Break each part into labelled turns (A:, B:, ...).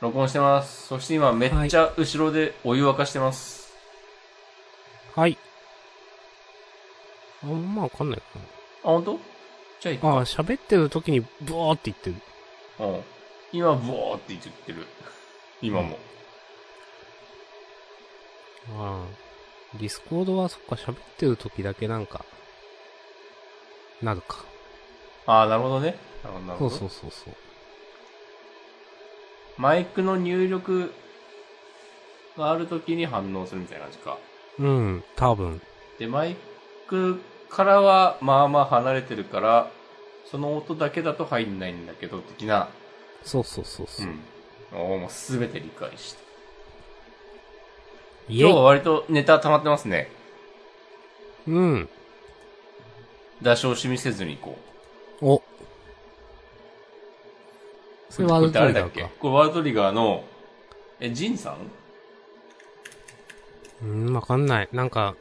A: 録音してます。そして今めっちゃ後ろでお湯沸かしてます。
B: はい。あんまわかんないか
A: あ、本当？じゃあいい
B: な。ああ、喋ってる時にブワーって言ってる。
A: うん。今、ブォーって言ってる。今も。
B: ああ。ディスコードはそっか喋ってる時だけなんか、なるか。
A: ああ、なるほどね。なるほど、なるほ
B: そう
A: ど。
B: そうそうそう。
A: マイクの入力があるときに反応するみたいな感じか。
B: うん、多分。
A: で、マイクからはまあまあ離れてるから、その音だけだと入んないんだけど、的な。
B: そうそうそうそうう。
A: ん。おーもうすべて理解して。
B: イ
A: 今日は
B: ェイ
A: 割とネタ溜まってますね。
B: うん。
A: 出し惜しみせずに行こう。
B: お。それワールドトリガ
A: これ誰だ
B: ー
A: っ
B: か
A: け。これワールドトリガーの、え、ジンさん
B: うん、わかんない。なんか、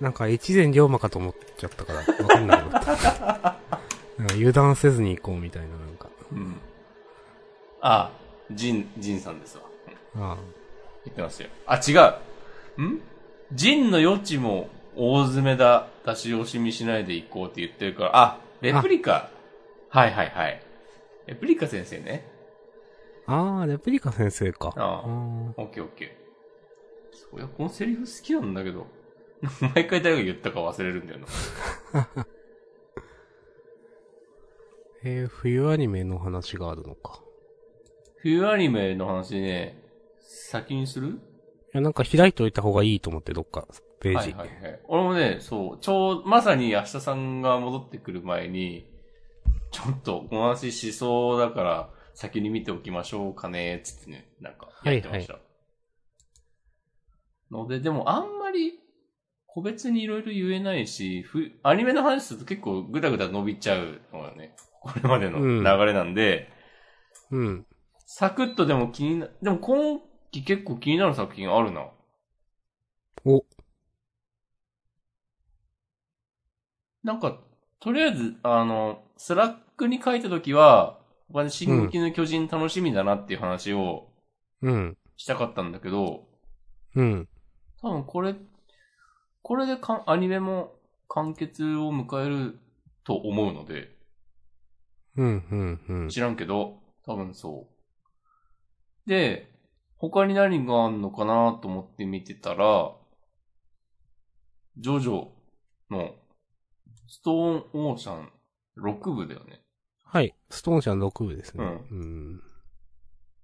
B: なんか越前龍馬かと思っちゃったから、わかん なくなった。なんか油断せずに行こうみたいな、なんか。
A: うん。ああ、ジン、ジンさんですわ。うん
B: あ
A: 言ってますよ。あ、違う。んジンの余地も大詰めだ。出し惜しみしないでいこうって言ってるから。あ、レプリカ。はいはいはい。レプリカ先生ね。
B: あ。ああ、レプリカ先生か。
A: ああ
B: ー
A: オッケーオッケー。そういや、このセリフ好きなんだけど。 毎回誰が言ったか忘れるんだよな。
B: えー、冬アニメの話があるのか。
A: 冬アニメの話ね、先にする
B: いや、なんか開いておいた方がいいと思って、どっか、ペー
A: は
B: ジ。
A: いはいはい。俺もね、そう、ちょう、まさに明日さんが戻ってくる前に、ちょっとお話ししそうだから、先に見ておきましょうかね、つってね、なんか、やってました。ので、でもあんまり、個別にいろいろ言えないし、ふ、アニメの話すると結構ぐだぐだ伸びちゃうのがね、これまでの流れなんで、
B: うん。
A: サクッとでも気にな、でも今期結構気になる作品あるな。
B: お。
A: なんか、とりあえず、あの、スラックに書いたときは、僕は進撃の巨人楽しみだなっていう話を
B: うん。
A: したかったんだけど、
B: うん。
A: 多分これ、これでかんアニメも完結を迎えると思うので、
B: うん、うん、うん。
A: 知らんけど、多分そう。で、他に何があんのかなと思って見てたら、ジョジョのストーンオーシャン6部だよね。
B: はい。ストーンシャン6部ですね。
A: う
B: うん。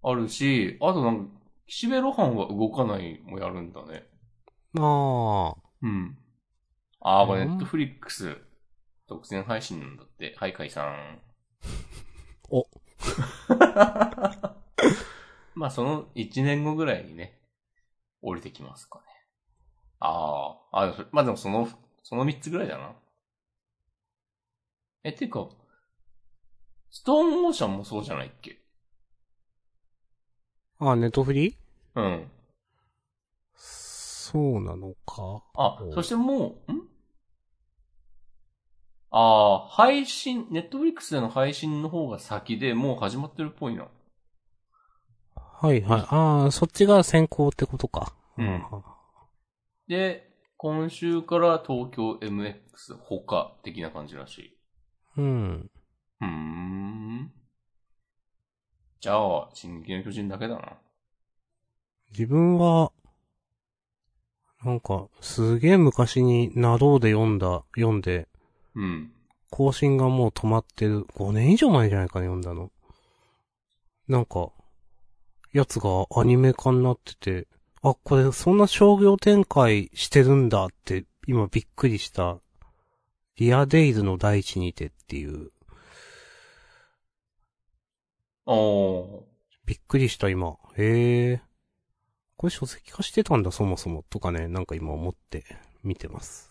A: あるし、あとなんか、岸辺露伴は動かないもやるんだね。
B: ああ。
A: うん。あー、これ
B: うん
A: ネットフリックス独占配信なんだって。はい、解散。
B: お。
A: まあ、その1年後ぐらいにね、降りてきますかね。あーあ、でもそれまあでもその、その3つぐらいだな。え、てか、ストーンオーシャンもそうじゃないっけ
B: ああ、ネットフリ
A: うん。
B: そうなのか。
A: あ
B: お、
A: そしてもう、んああ、配信、ネットフリックスでの配信の方が先でもう始まってるっぽいな。
B: はいはい。ああ、そっちが先行ってことか。
A: うんで、今週から東京 MX 他的な感じらしい。
B: うん。
A: うーん。じゃあ、進撃の巨人だけだな。
B: 自分は、なんか、すげえ昔になろうで読んだ、読んで、
A: うん。
B: 更新がもう止まってる。5年以上前じゃないかな、読んだの。なんか、やつがアニメ化になってて、あ、これそんな商業展開してるんだって、今びっくりした。リアデイズの大地にてっていう、
A: おー。
B: びっくりした今。へえ。これ書籍化してたんだ、そもそも。とかね、なんか今思って見てます。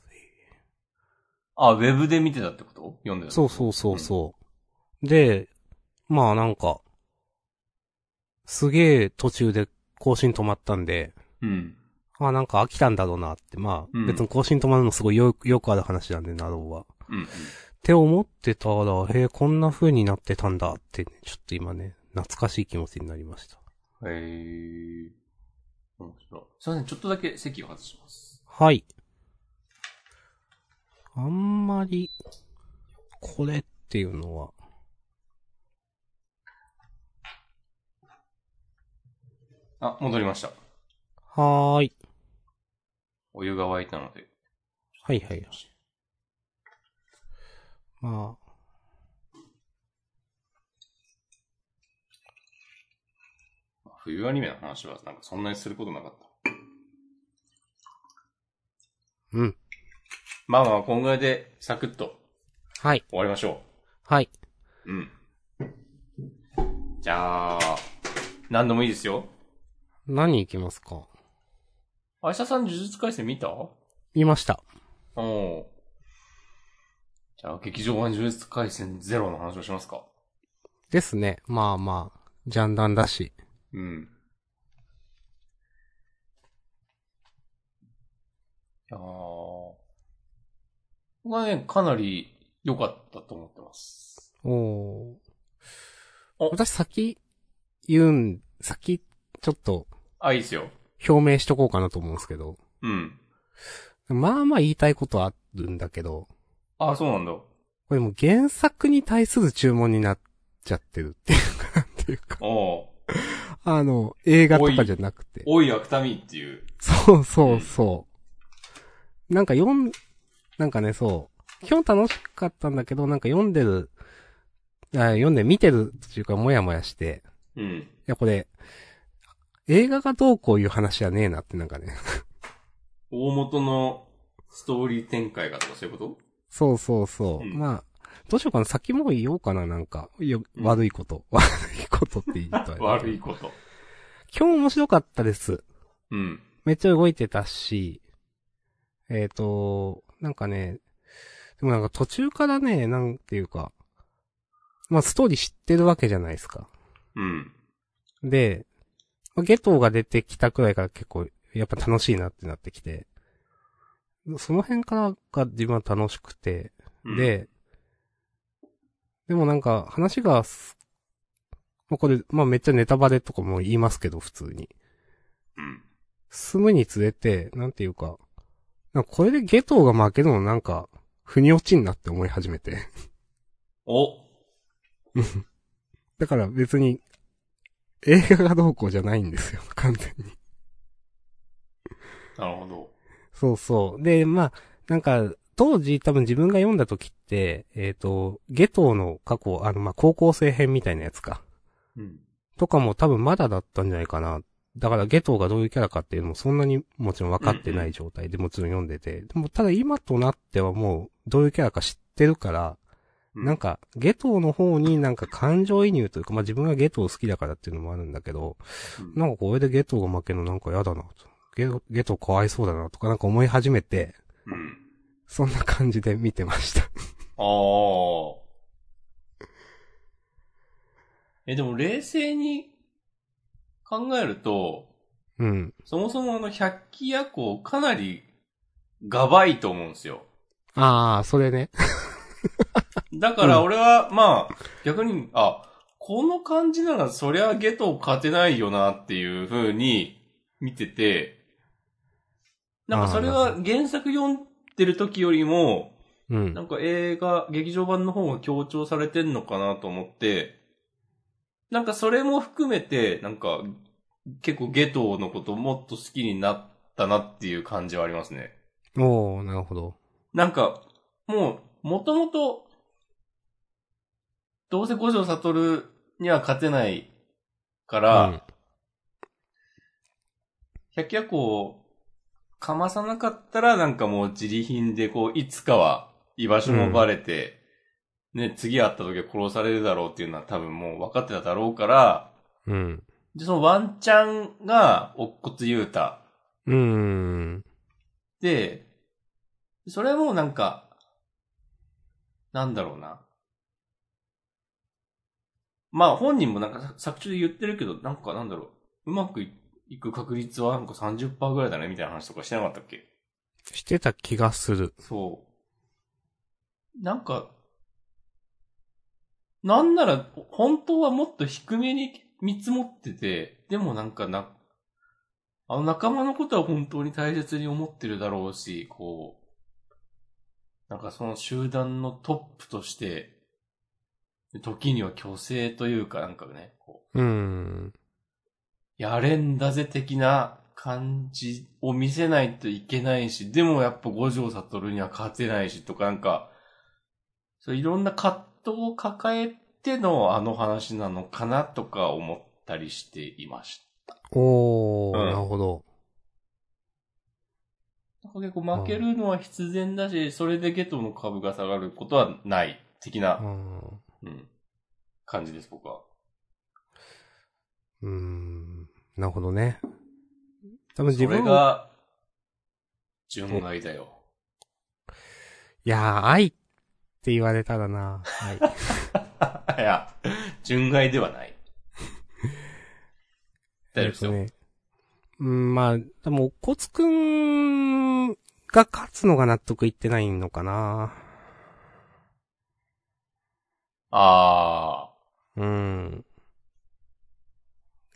A: あ、ウェブで見てたってこと読んでた
B: そうそうそうそう。で、まあなんか、すげえ途中で更新止まったんで、
A: う。うん。
B: あなんか飽きたんだろうなって、ま
A: うん
B: あ別に更新止まるのすごいよよくある話なんで、なろうは。っ
A: うん。
B: て思ってたら、へえ、こんな風になってたんだって、ちょっと今ね、懐かしい気持ちになりました。
A: へえ。面白い。すいません、ちょっとだけ席を外します。
B: はい。あんまり、これっていうのは、
A: あ、戻りました。
B: はーい。
A: お湯が沸いたので。
B: はいはい。まあ。
A: 冬アニメの話はなんかそんなにすることなかった。
B: うん。
A: まあまあ、こんぐらいでサクッと
B: はい。
A: 終わりましょ
B: はい。
A: う。うん。じゃあ、何でもいいですよ。
B: 何行きますか
A: あしさん呪術回戦見たお
B: 見ました。
A: うじゃあ、劇場版呪術回戦ゼロの話をしますか。
B: ですね。まあまあ、ジャンダンだし。
A: うん。いやー僕はね、かなり良かったと思ってます。
B: おー
A: お
B: 私先、言うん、先、ちょっと、
A: あ、いいですよ。
B: 表明しとこうかなと思うんですけど。
A: うん。
B: まあまあ言いたいことはあるんだけど、
A: あ、そうなんだ。
B: これもう原作に対する注文になっちゃってるっていうか、なんていうか。
A: おう
B: あの、映画とかじゃなくて。
A: おい、芥見っていう。
B: そうそうそう。なんか読ん、なんかね、そう。今日楽しかったんだけど、なんか読んでる、あ読んで見てるっていうか、もやもやして、
A: うん。
B: いや、これ、映画がどうこういう話じゃねえなってなんかね。
A: 大元のストーリー展開がとかそういうこと
B: そうそうそ
A: う
B: う。
A: ん
B: まあ、どうしようかな。先も言おうかな、なんか。よ
A: うん
B: 悪いこと。 悪いことって言いたい。
A: 悪いこと。
B: 今日面白かったです。
A: うん。
B: めっちゃ動いてたし、えっ、と、なんかね、でもなんか途中からね、なんていうか、まあストーリー知ってるわけじゃないですか。
A: うん。
B: で、まあゲトウが出てきたくらいから結構、やっぱ楽しいなってなってきて、その辺からが自分は楽しくて、
A: うん、
B: で、でもなんか話がす、もうこれ、まあめっちゃネタバレとかも言いますけど、普通に。
A: うん。
B: 進むにつれて、なんていうか、なんかこれでゲトウが負けるのなんか、腑に落ちんなって思い始めて。
A: お
B: だから別に、映画がどうこうじゃないんですよ、 完全に。
A: なるほど。
B: そうそう。で、まあ、なんか、当時多分自分が読んだ時って、えっ、と、ゲトウの過去、あの、まあ、高校生編みたいなやつか。
A: うん。
B: とかも多分まだだったんじゃないかな。だからゲトウがどういうキャラかっていうのもそんなにもちろん分かってない状態でもちろん読んでて。でもただ今となってはもうどういうキャラか知ってるから、
A: うん
B: なんかゲトウの方になんか感情移入というか、まあ自分がゲトウ好きだからっていうのもあるんだけど、
A: うん
B: なんかこれでゲトウが負けるのなんか嫌だなと。ゲゲトウかわいそうだなとかなんか思い始めて、
A: うん。
B: そんな感じで見てました。
A: ああ。え、でも冷静に考えると、
B: うん。
A: そもそもあの百鬼夜行かなりがばいと思うんですよ。
B: ああ、それね。
A: だから
B: うん
A: 俺は、まあ、逆に、あ、この感じならそりゃゲトウ勝てないよなっていう風に見てて、なんかそれは原作読んでる時よりも、
B: うん
A: な。んか映画、劇場版の方が強調されてんのかなと思って、なんかそれも含めて、なんか結構ゲトウのこともっと好きになったなっていう感じはありますね。
B: おー、なるほど。
A: なんか、もう、もともと、どうせ五条悟には勝てないから、
B: うん
A: 百夜行かまさなかったらなんかもう自利品でこう、いつかは居場所もバレて、ね、次会った時は殺されるだろうっていうのは多分もう分かってただろうから、
B: うん。
A: で、そのワンチャンが、乙骨雄太
B: うーん。
A: で、それもなんか、なんだろうな。まあ本人もなんか作中で言ってるけど、なんかなんだろう。うまくいいく確率はなんか30%ぐらいだねみたいな話とかしてなかったっけ
B: してた気がする。
A: そう。なんか、なんなら、本当はもっと低めに見積もってて、でもなんかな、あの仲間のことは本当に大切に思ってるだろうし、こう、なんかその集団のトップとして、時には虚勢というかなんかね、こう、
B: うん。
A: やれんだぜ的な感じを見せないといけないし、でもやっぱ五条悟には勝てないしとかなんか、そういろんな葛藤を抱えてのあの話なのかなとか思ったりしていました。
B: おー、
A: うん
B: なるほど。
A: なんか結構負けるのは必然だし、それでゲトの株が下がることはない、的
B: う
A: な、
B: ん。う
A: うん、感じです、僕は。
B: ーん。なるほどね。多分
A: そ
B: 自
A: れ
B: 分が、
A: が、純愛だよ。
B: いやー、愛って言われたらな。は
A: い
B: い。
A: や、純愛ではない。 大丈夫ですよ。
B: えっとね。うん、まあ、でも、コツくんが勝つのが納得いってないのかな。
A: あ
B: うん。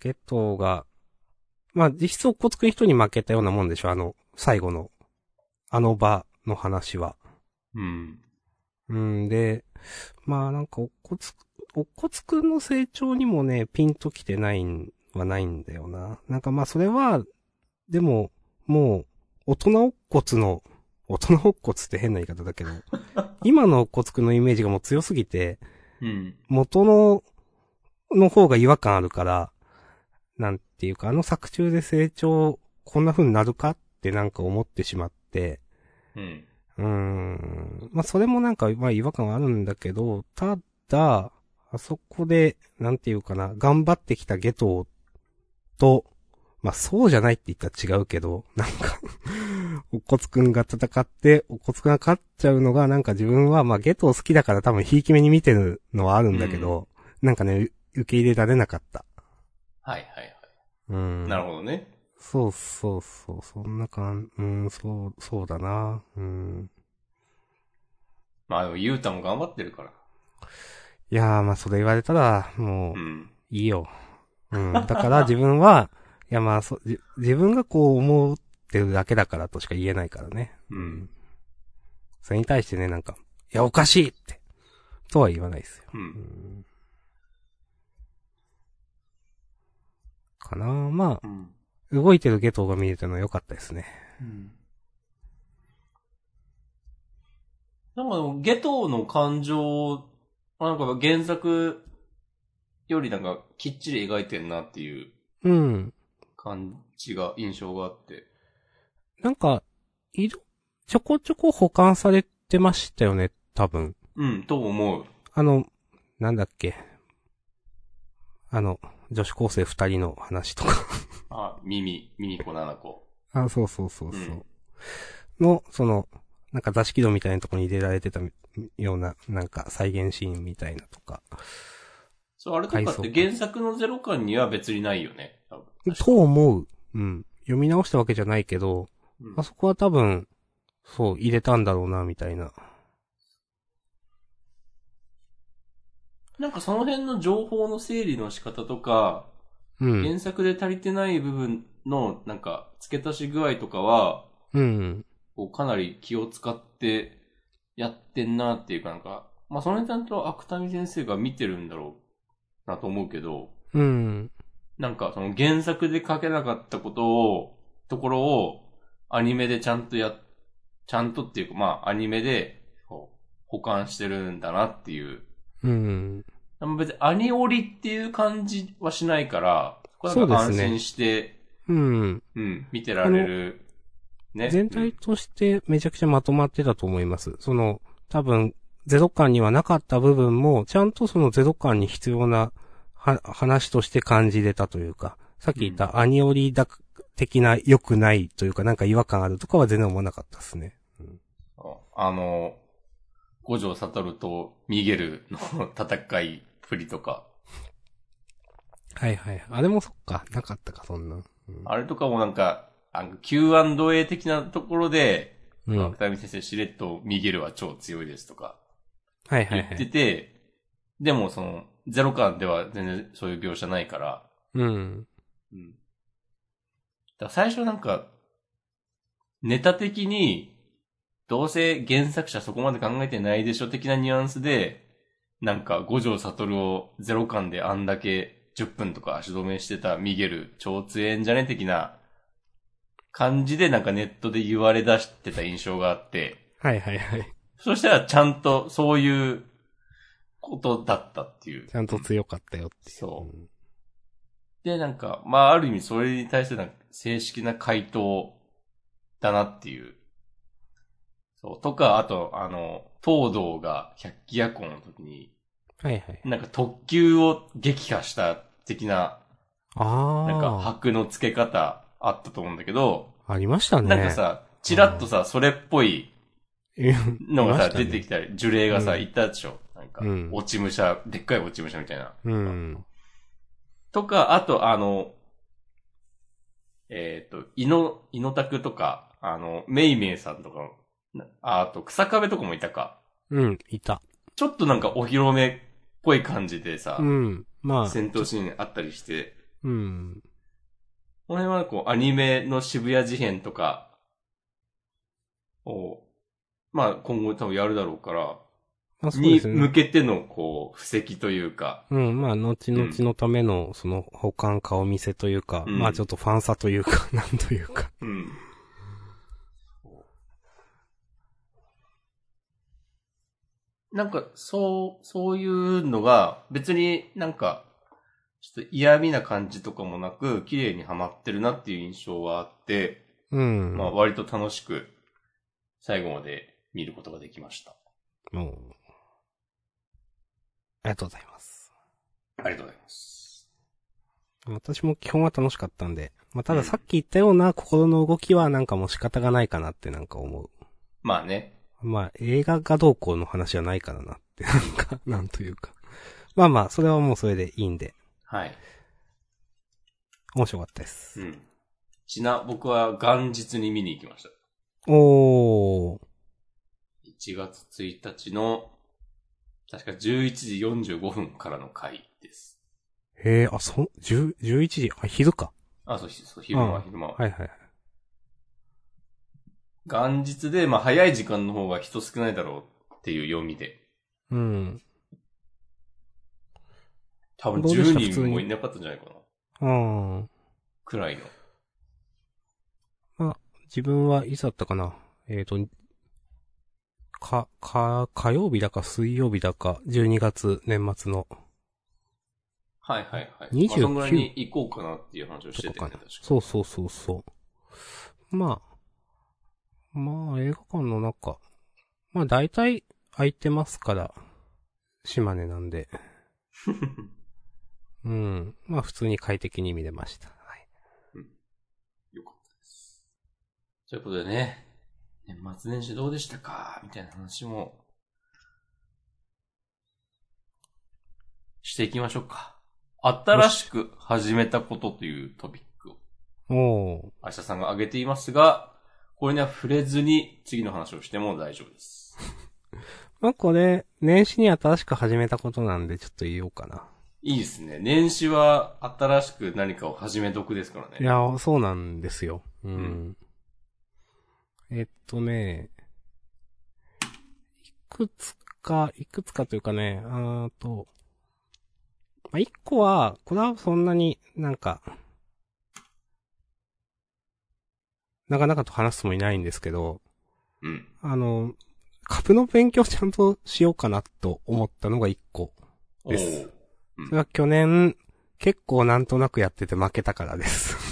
B: ゲットが、まあ、実質おこつくん一人に負けたようなもんでしょあの、最後の、あの場の話は。
A: ー。うん。
B: うんで、まあなんか、おこつ、おこつくんの成長にもね、ピンときてないんはないんだよな。なんかまあそれは、でも、もう、大人おっこつの、大人おっこつって変な言い方だけど、今のおこつくんのイメージがもう強すぎて、
A: うん。
B: 元の、の方が違和感あるから、なんていうか、あの作中で成長、こんな風になるかってなんか思ってしまって、
A: うん。
B: うーん。まあ、それもなんか、まあ、違和感はあるんだけど、ただ、あそこで、なんていうかな、頑張ってきたゲトと、まあ、そうじゃないって言ったら違うけど、なんか、 おこつくんが戦って、おこつくんが勝っちゃうのが、なんか自分は、まあ、ゲト好きだから多分、ひいき目に見てるのはあるんだけど、なんかね、受け入れられなかった。
A: はいはいはい。
B: うん。
A: なるほどね。
B: そうそうそう、そんな感じ、うん、そう、そうだな、うん。
A: まあでも、ゆうたも頑張ってるから。
B: いやー、まあ、それ言われたら、もう
A: う、ん。
B: いいよ。うん。だから自分は、いやまあそう、じ自分がこう思ってるだけだからとしか言えないからね。
A: うん。
B: それに対してね、なんか、いや、おかしいって、とは言わないですよ。
A: う。
B: うんん。かなまあ、
A: うん。
B: 動いてるゲトが見れたのは良かったですね。
A: うん。なんかでも、ゲトの感情、なんか原作よりなんかきっちり描いてんなっていう
B: うん。
A: 感じが、印象があって。
B: なんか、いろ、ちょこちょこ保管されてましたよね、多分。
A: うん、と思う。
B: あの、なんだっけ。あの、女子高生二人の話とか。
A: あ、耳、耳子七子。
B: あ、そうそうそうそう。
A: うん
B: の、その、なんか座敷戸みたいなとこに入れられてたみような、なんか再現シーンみたいなとか。
A: そう、あれとかっ
B: 回
A: て
B: 想
A: 原作のゼロ感には別にないよね。多分
B: と思う。うん。読み直したわけじゃないけど、
A: うん
B: あそこは多分、そう、入れたんだろうな、みたいな。
A: なんかその辺の情報の整理の仕方とか、
B: うん。
A: 原作で足りてない部分のなんか付け足し具合とかは、
B: うん。
A: こうかなり気を使ってやってんなっていうかなんか、まあその辺ちゃんと芥見先生が見てるんだろうなと思うけど、
B: うん。
A: なんかその原作で書けなかったことを、ところをアニメでちゃんとや、ちゃんとっていうかまあアニメでこう保管してるんだなっていう。
B: うん。
A: あんま別にアニオリっていう感じはしないから、これ
B: そうで
A: は
B: す
A: 安
B: ね
A: 心して、
B: うん。
A: うん、見てられる。ね。
B: 全体としてめちゃくちゃまとまってたと思います。その、多分、ゼロ感にはなかった部分も、ちゃんとそのゼロ感に必要なは話として感じれたというか、さっき言ったアニオリだ的な良くないというか、なんか違和感あるとかは全然思わなかったですね。
A: うんあの、五条悟とミゲルの戦いっぷりとか、
B: はいはい。あれもそっか、なかったか、そんな。
A: あれとかもなんか、あの Q&A 的なところで、
B: うん。はい
A: 芥見先生しれっとミゲルは超強いですとか
B: はいは
A: 言って
B: い。
A: て、でもその、ゼロ感では全然そういう描写ないから、
B: うん。
A: うん。だから最初なんか、ネタ的に、どうせ原作者そこまで考えてないでしょ的なニュアンスで、なんか五条悟をゼロ感であんだけ10分とか足止めしてたミゲル超強えんじゃね的な感じでなんかネットで言われ出してた印象があって、
B: はいはいはい。
A: そしたらちゃんとそういうことだったっていう
B: ち。ゃんと強かったよっていう。。
A: そうんで、なんか、まあ、ある意味それに対するなんか正式な回答だなっていう。そう。とか、あと、あの、東堂が百鬼夜行の時に、
B: はいはい。
A: なんか特急を撃破した的な、
B: あ
A: なんか、
B: あ。
A: 箔の付け方あったと思うんだけど、
B: ありましたね。
A: なんかさ、ちらっとさ、それっぽい
B: うん、
A: のがさ、
B: いましたね
A: 出てきたり、呪霊がさ、
B: うん
A: 言ったでしょなんか、
B: うん
A: 落ち武者、でっかい落ち武者みたいな。
B: うん。
A: とか、あと、あの、えっ、と、いの、いのたくとか、あの、めいめいさんとかも、なああと、草壁とかもいたか。
B: うん、いた。
A: ちょっとなんかお披露目っぽい感じでさ、
B: うん。まあ、
A: 戦闘シーンあったりして、
B: うん。
A: この辺はこう、アニメの渋谷事変とかを、まあ、今後多分やるだろうから、
B: まあそうで
A: に
B: す
A: 向
B: ね。
A: けてのこう、布石というか、
B: うん、まあ、後々のための、その、保管かお店というか、
A: うん
B: まあ、ちょっとファンサというか、 なんというか。
A: うん。なんか、そう、そういうのが、別になんか、ちょっと嫌味な感じとかもなく、綺麗にはまってるなっていう印象はあって、
B: うん。
A: まあ割と楽しく、最後まで見ることができました。
B: もう。ありがとうございます。
A: ありがとうございます。
B: 私も基本は楽しかったんで。まあ、たださっき言ったような心の動きはなんかもう仕方がないかなってなんか思う。
A: まあね。
B: まあ、映画がどうこうの話はないからなって、 なんか、なんというか。まあまあ、それはもうそれでいいんで、
A: はい。
B: 面白かったです。
A: うん。ちな、僕は元日に見に行きました。
B: おー、
A: 1月1日の、確か11時45分からの回です。
B: へえ、あ、そ、十、11時、あ、昼か。
A: あ、そう、ひそう昼間
B: う
A: は
B: ん
A: 昼間は。
B: はいはい。
A: 元日で、まあ早い時間の方が人少ないだろうっていう読みで。
B: うん。
A: 多分
B: どうでした
A: 10
B: 普通
A: 人
B: に
A: もいなかったんじゃないかな。
B: うん。
A: くらいの。
B: 自分はいつだったかな。えっ、と、か、か、火曜日だか水曜日だか、12月年末の
A: はいはいはい。
B: 29
A: まあそんぐらいに行こうかなっていう話をし
B: と
A: て
B: こ
A: て、ね、
B: か
A: 確
B: な
A: か。
B: そうそうそうそう。まあ、まあ映画館の中、まあ大体空いてますから、島根なんで。うん。まあ普通に快適に見れました。はい。
A: よかったです。ということでね、年末年始どうでしたかみたいな話も、していきましょうか。新しく始めたことというトピックを、
B: おー、
A: 明日さんが挙げていますが、これには触れずに次の話をしても大丈夫です。
B: まあこれ、年始に新しく始めたことなんでちょっと言おうかな。
A: いいですね。年始は新しく何かを始めとくですからね。
B: いや、そうなんですよ。うん。
A: うん
B: えっとね、いくつか、いくつかというかね、あーと、まあ、一個は、これはそんなになんか、なかなかと話すつもりないんですけど、
A: うん。
B: あの、株の勉強ちゃんとしようかなと思ったのが一個。
A: お
B: です
A: ー
B: それは去年、結構なんとなくやってて負けたからです。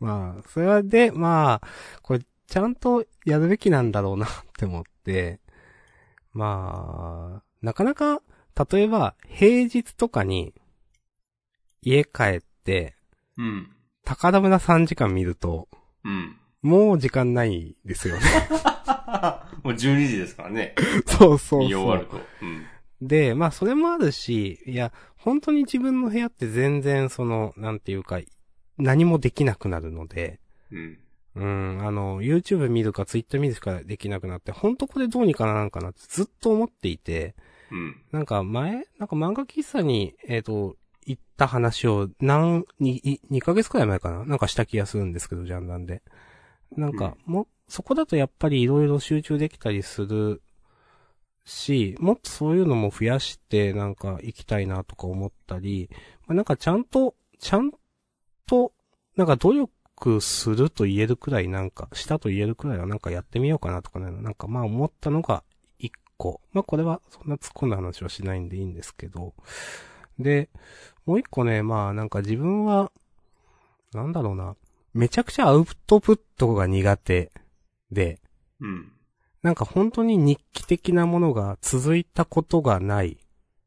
B: まあ、それで、まあ、これ、ちゃんとやるべきなんだろうなって思って、まあ、なかなか、例えば、平日とかに、家帰って、
A: うん。
B: 高田村3時間見ると、
A: うん。
B: もう時間ないですよね。
A: もう12時ですからね。
B: そうそうそう。
A: 見終わると。うん。
B: で、まあそれもあるし、いや、本当に自分の部屋って全然その、なんていうか、何もできなくなるので、
A: うん。
B: うん、あの、YouTube 見るか Twitter 見るしかできなくなって、本当これどうにかならんかなってずっと思っていて、
A: うん。
B: なんか前、なんか漫画喫茶に、えっ、と、行った話を何、に、い2ヶ月くらい前かななんかした気がするんですけど、ジャンダンで。なんか、もう、そこだとやっぱりいろいろ集中できたりするし、もっとそういうのも増やして、なんか行きたいなとか思ったり、まあ、なんかちゃんと、ちゃんと、なんか努力すると言えるくらいなんか、したと言えるくらいはなんかやってみようかなとかね、なんかまあ思ったのが一個。まあこれはそんな突っ込んだ話はしないんでいいんですけど。で、もう一個ね、まあなんか自分は、なんだろうな、めちゃくちゃアウトプットが苦手で、
A: うん。
B: なんか本当に日記的なものが続いたことがない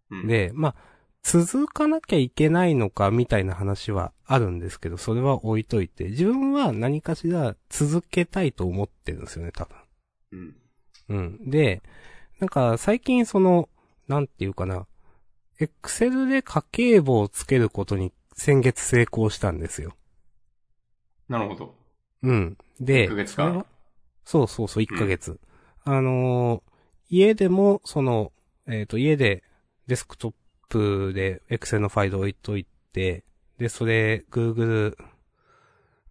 A: うん、
B: で、まあ、続かなきゃいけないのかみたいな話はあるんですけど、それは置いといて、自分は何かしら続けたいと思ってるんですよね、多分。
A: うん。
B: うん。で、なんか最近その、なんていうかな、エクセルで家計簿をつけることに先月成功したんですよ。
A: なるほど。
B: うん。で、
A: 1ヶ月
B: それは
A: 間。
B: そうそうそう、1ヶ月。あのー家でも、その、えっ、と、家でデスクトップで Excel のファイル置いといて、で、それ、Google、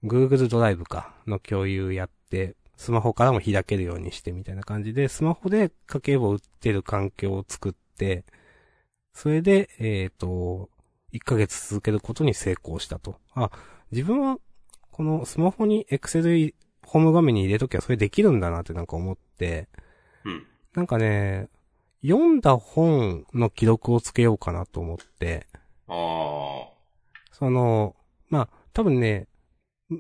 B: Google ドライブか、の共有やって、スマホからも開けるようにしてみたいな感じで、スマホで家計簿を売ってる環境を作って、それで、えっ、と、1ヶ月続けることに成功したと。あ、自分は、このスマホに Excel ホーム画面に入れときゃそれできるんだなってなんか思って、
A: うん。
B: なんかね、読んだ本の記録をつけようかなと思って、
A: あ
B: その、まあ、多分ね、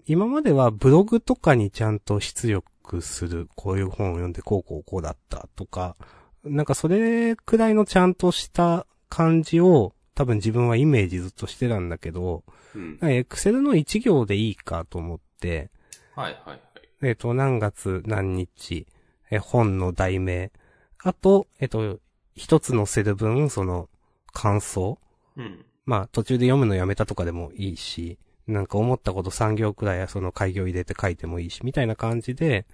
B: 今まではブログとかにちゃんと出力する、こういう本を読んでこうこうこうだったとか、なんかそれくらいのちゃんとした感じを、多分自分はイメージずっとしてたんだけど、
A: あ。うん。
B: エクセルの一行でいいかと思って、
A: はいはいはい。
B: えっ、と、何月何日、えー、本の題名。あと、えっ、と、一つ載せる分、その、感想。
A: うん。
B: まあ、途中で読むのやめたとかでもいいし、なんか思ったこと3行くらいはその開業入れて書いてもいいし、みたいな感じで、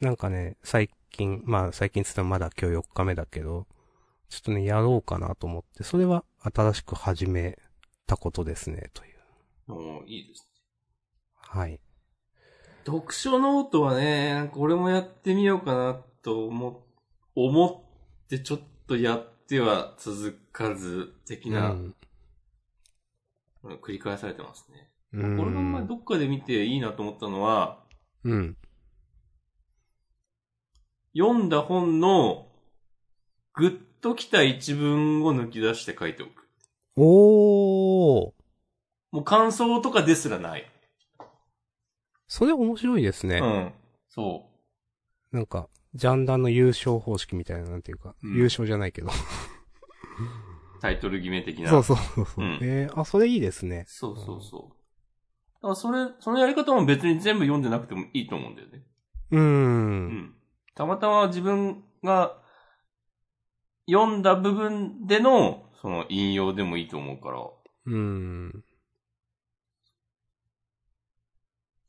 B: なんかね、最近、まあ最近つってもまだ今日4日目だけど、ちょっとね、やろうかなと思って、それは新しく始めたことですね、という。
A: おーいいです
B: はい。
A: ね。読書ノートはね、なんか俺もやってみようかなと思、思ってちょっとやっては続かず的な、う
B: うん
A: ん繰り返されてますね。
B: うん
A: 俺が前どっかで見ていいなと思ったのは、
B: うん。
A: 読んだ本のグッときた一文を抜き出して書いておく。
B: おー。
A: もう感想とかですらない。
B: それ面白いですね。
A: うん。そ
B: なんか、ジャンダンの優勝方式みたいな、なんていうか、
A: うん
B: 優勝じゃないけど。
A: う。タイトル決め的な。
B: そうそうそうそ
A: う
B: う。
A: ん
B: えー、あ、それいいですね。
A: そうそうそう。だからそれ、そのやり方も別に全部読んでなくてもいいと思うんだよね。
B: うー。
A: うんん。たまたま自分が読んだ部分での、その引用でもいいと思うから。っ
B: うん。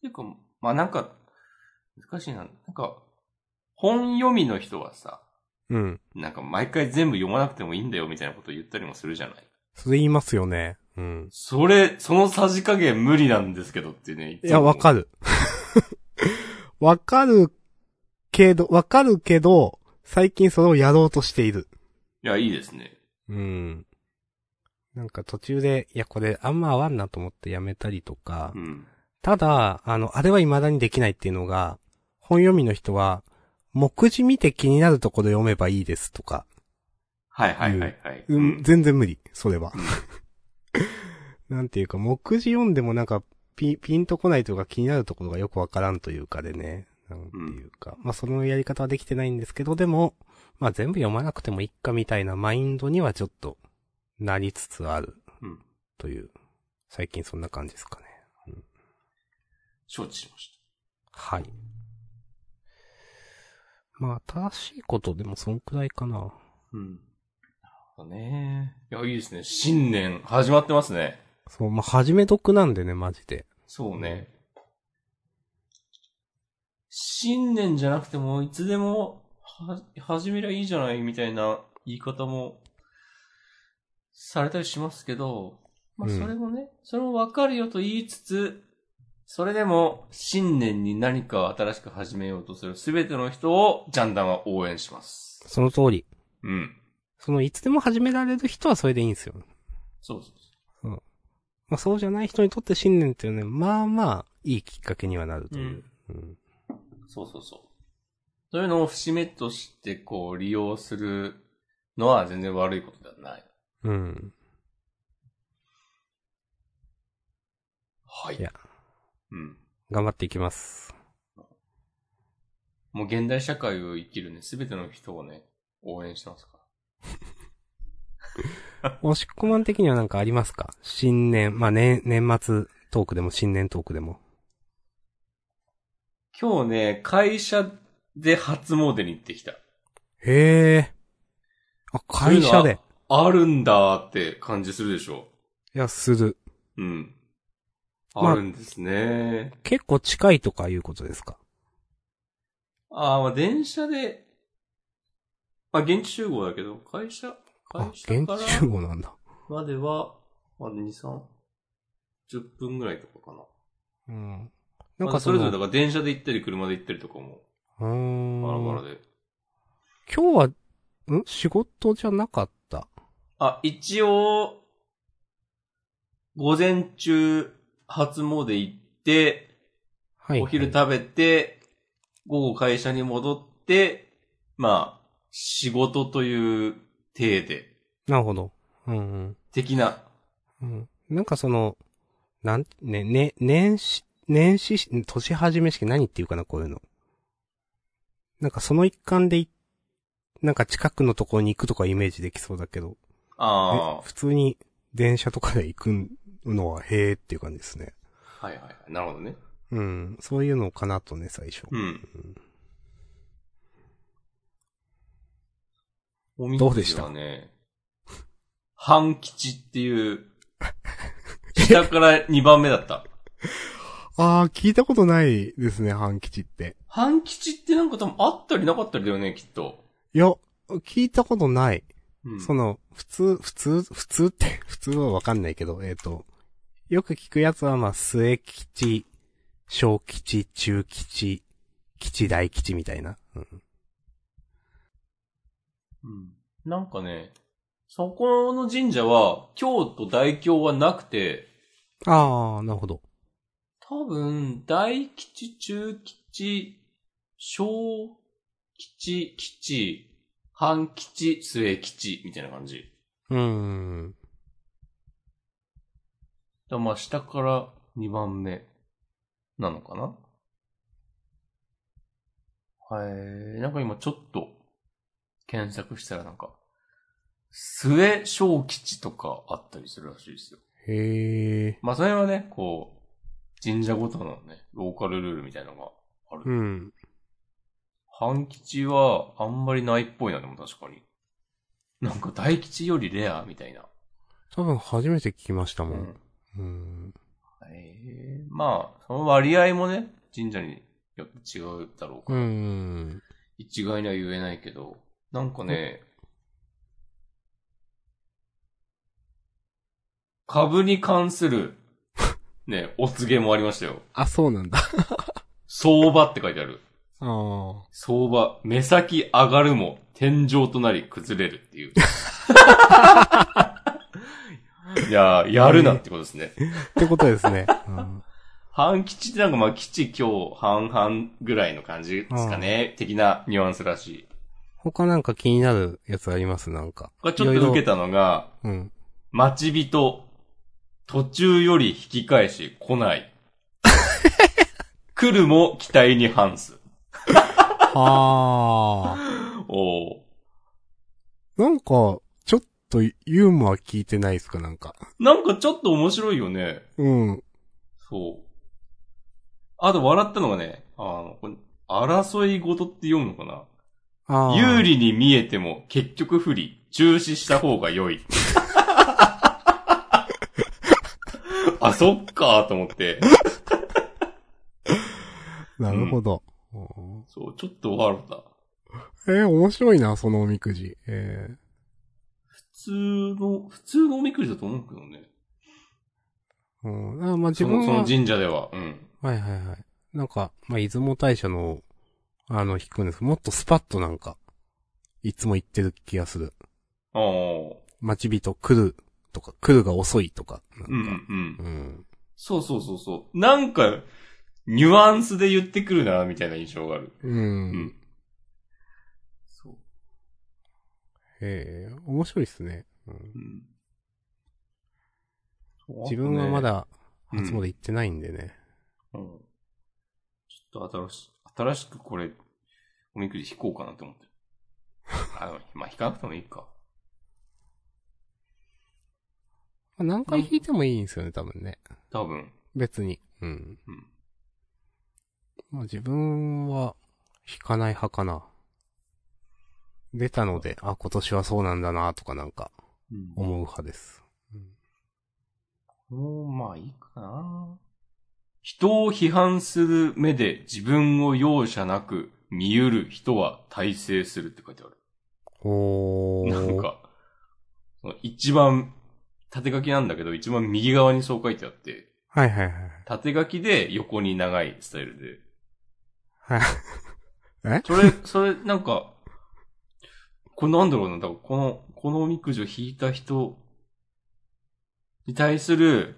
A: ていうか、まあなんか、難しいな。なんか、本読みの人はさ、
B: うん。
A: なんか毎回全部読まなくてもいいんだよみたいなこと言ったりもするじゃない。
B: それ言いますよね。うん。
A: それ、そのさじ加減無理なんですけどってね。
B: いや、わか
A: る。
B: る。 わかるけど、わかるけど、最近それをやろうとしている。
A: いや、いいですね。
B: うん。なんか途中で、いや、これあんま合わんなと思ってやめたりとか、
A: うん。
B: ただ、あの、あれは未だにできないっていうのが、本読みの人は、目次見て気になるところ読めばいいですとか、
A: はいはいはいはい。
B: うん、
A: うん
B: 全然無理、それは。 なんていうか、目次読んでもなんか、ピピンとこないというか気になるところがよくわからんというかでね、なんていうか、まあそのやり方はできてないんですけど、でも、まあ全部読まなくてもいいかみたいなマインドにはちょっと、なりつつある
A: うん、
B: という、最近そんな感じですかね。
A: 承知しまし
B: はい。まあ、正しいことでもそんくらいかな。
A: た。うん。なるほどね。いや、いいですね。新年始まってますね。
B: そう、まあ、始め得なんでね、マジで。
A: そうね。新年じゃなくても、いつでも、は、始めりゃいいじゃないみたいな言い方も、されたりしますけど、まあ
B: うん
A: それもね、それもわかるよと言いつつ、それでも新年に何かを新しく始めようとするすべての人をジャンダンは応援します。
B: その通り。
A: うん。
B: その、いつでも始められる人はそれでいいんですよ。
A: そうそうそ
B: まあ、そうじゃない人にとって新年っていうのはね、まあまあ、いいきっかけにはなるという。うん。
A: う。そうそうそう。そういうのを節目としてこう利用するのは全然悪いことではない。
B: うん。
A: はい。
B: いや
A: うん。
B: 頑張っていきます。
A: もう現代社会を生きるね、すべての人をね、応援してますから。
B: おしっこマン的にはなんかありますか新年、まあ、年、年末トークでも新年トークでも。
A: 今日ね、会社で初詣に行ってきた。
B: へえ。あ、会社で。
A: あるんだーって感じするでしょ。
B: いや、する。
A: うん。
B: まあ
A: あるんですね。
B: 結構近いとかいうことですか
A: あー、まあ、電車で、まあ、現地集合だけど、会社、
B: あ
A: 会、社
B: 現
A: から
B: 地集合なんだ。
A: までは、まあ、2、3、10分ぐらいとかかな。
B: うん。
A: な
B: なんん
A: か
B: か
A: そ
B: そ
A: れぞれ、
B: の、
A: だから電車で行ったり車で行ったりとかも、
B: うーん
A: バラバラで。
B: 今日は、ん仕事じゃなかった。
A: あ、一応、午前中、初詣行って、
B: はい、
A: お昼食べて、午後会社に戻って、まあ、仕事という体で、
B: なるほど。うん、うん。
A: 的な。
B: うん。なんかその、なん、ね、ね、年始、年始し、年始め式何っていうかな、こういうの。なんかその一環でい、なんか近くのところに行くとかイメージできそうだけど、
A: あ
B: え普通に電車とかで行くのは、へーっていう感じですね。
A: あ、はいはいはい。なるほどね。
B: うん。そういうのかなとね、最初。
A: うん。おみ
B: どう
A: く
B: で
A: じ
B: した
A: はね、半吉っていう、下から2番目だった。
B: ああ、聞いたことないですね、半吉って。
A: 半吉ってなんか多分あったりなかったりだよね、きっと。
B: いや、聞いたことない。
A: うん
B: その、普通、普通、普通って、 普通はわかんないけど、えっ、と、よく聞くやつは、まあ、末吉、小吉、中吉、吉大吉みたいな。うん。
A: うんなんかね、そこの神社は、京都大京はなくて、
B: ああ、なるほど。
A: 多分、大吉、中吉、小吉、吉、半吉、末吉、みたいな感じ。だか
B: うーん。
A: らまあ、下から2番目なのかなはい、なんか今ちょっと検索したらなんか、末小吉とかあったりするらしいですよ。
B: へえ。
A: まあ、それはね、こう、神社ごとのね、ローカルルールみたいなのがあ
B: う
A: る。
B: ん。
A: 半吉はあんまりないっぽいな、でも確かに。なんか大吉よりレアみたいな。
B: 多分初めて聞きました
A: う
B: もん。。うん。
A: えーまあ、その割合もね、神社によって違うだろうか
B: う
A: ら、
B: ん。
A: 一概には言えないけど、なんかね、株に関する、ね、お告げもありましたよ。
B: あ、そうなんだ。
A: 相場って書いてある。
B: ああ。
A: 相場、目先上がるも、天井となり崩れるっていう。いやー、やるなってことですね。
B: ってことですね。うん、
A: 半吉ってなんかまあ、吉今日半々ぐらいの感じですかね。的なニュアンスらしい。
B: 他なんか気になるやつありますなんか。
A: これちょっ
B: い
A: と
B: ろいろ
A: 受けたのが、
B: うん。
A: 待ち人、途中より引き返し来ない。来るも期待に反す。
B: ああ。
A: おー
B: なんか、ちょっとユーモア聞いてないですかなんか。
A: なんかちょっと面白いよね。
B: うん。
A: そう。あと笑ったのがね、あの、これ争い事って読むのかな
B: ああ。
A: 有。利に見えても結局不利、中止した方が良い。あ、そっかと思って。
B: なるほど。うん
A: そう、ちょっと笑った。
B: えー面白いな、そのおみくじ。えー
A: 普通の、普通のおみくじだと思うけどね。
B: うん。あまあ自
A: その
B: 分
A: その
B: は、
A: 神社では。うん。
B: はいはいはい。なんか、まあ、出雲大社の、あの、引くんですけどもっとスパッとなんか、いつも行ってる気がする。
A: ああ。
B: 待ち人来るとか、来るが遅いとか、なんか。
A: うんうん。
B: うん。
A: そうそうそうそう。なんか、ニュアンスで言ってくるな、みたいな印象がある。
B: うん。
A: うんそう。
B: へえ、面白いっすね。うん
A: うん。
B: 自分はまだ、
A: うん
B: 初詣行ってないんでね。
A: あとね、うんちょっと新し、新しくこれ、おみくじ引こうかなって思って る。あの、まあ、引かなくてもいいか。
B: まあ何回引いてもいいんですよね、多分ね。
A: 多分。
B: 別に。うん。
A: うん
B: まあ自分は、引かない派かな。出たので、あ、今年はそうなんだな、とかなんか、思う派です。
A: もう、まあいいかな。人を批判する目で自分を容赦なく見ゆる人は大成するって書いてある。
B: おー。
A: なんか、その一番、縦書きなんだけど、一番右側にそう書いてあって、
B: はいはいはい。
A: 縦書きで横に長いスタイルで。
B: はい。え
A: それ、それ、なんか、これなんだろうな、だからこの、このおみくじを引いた人に対する、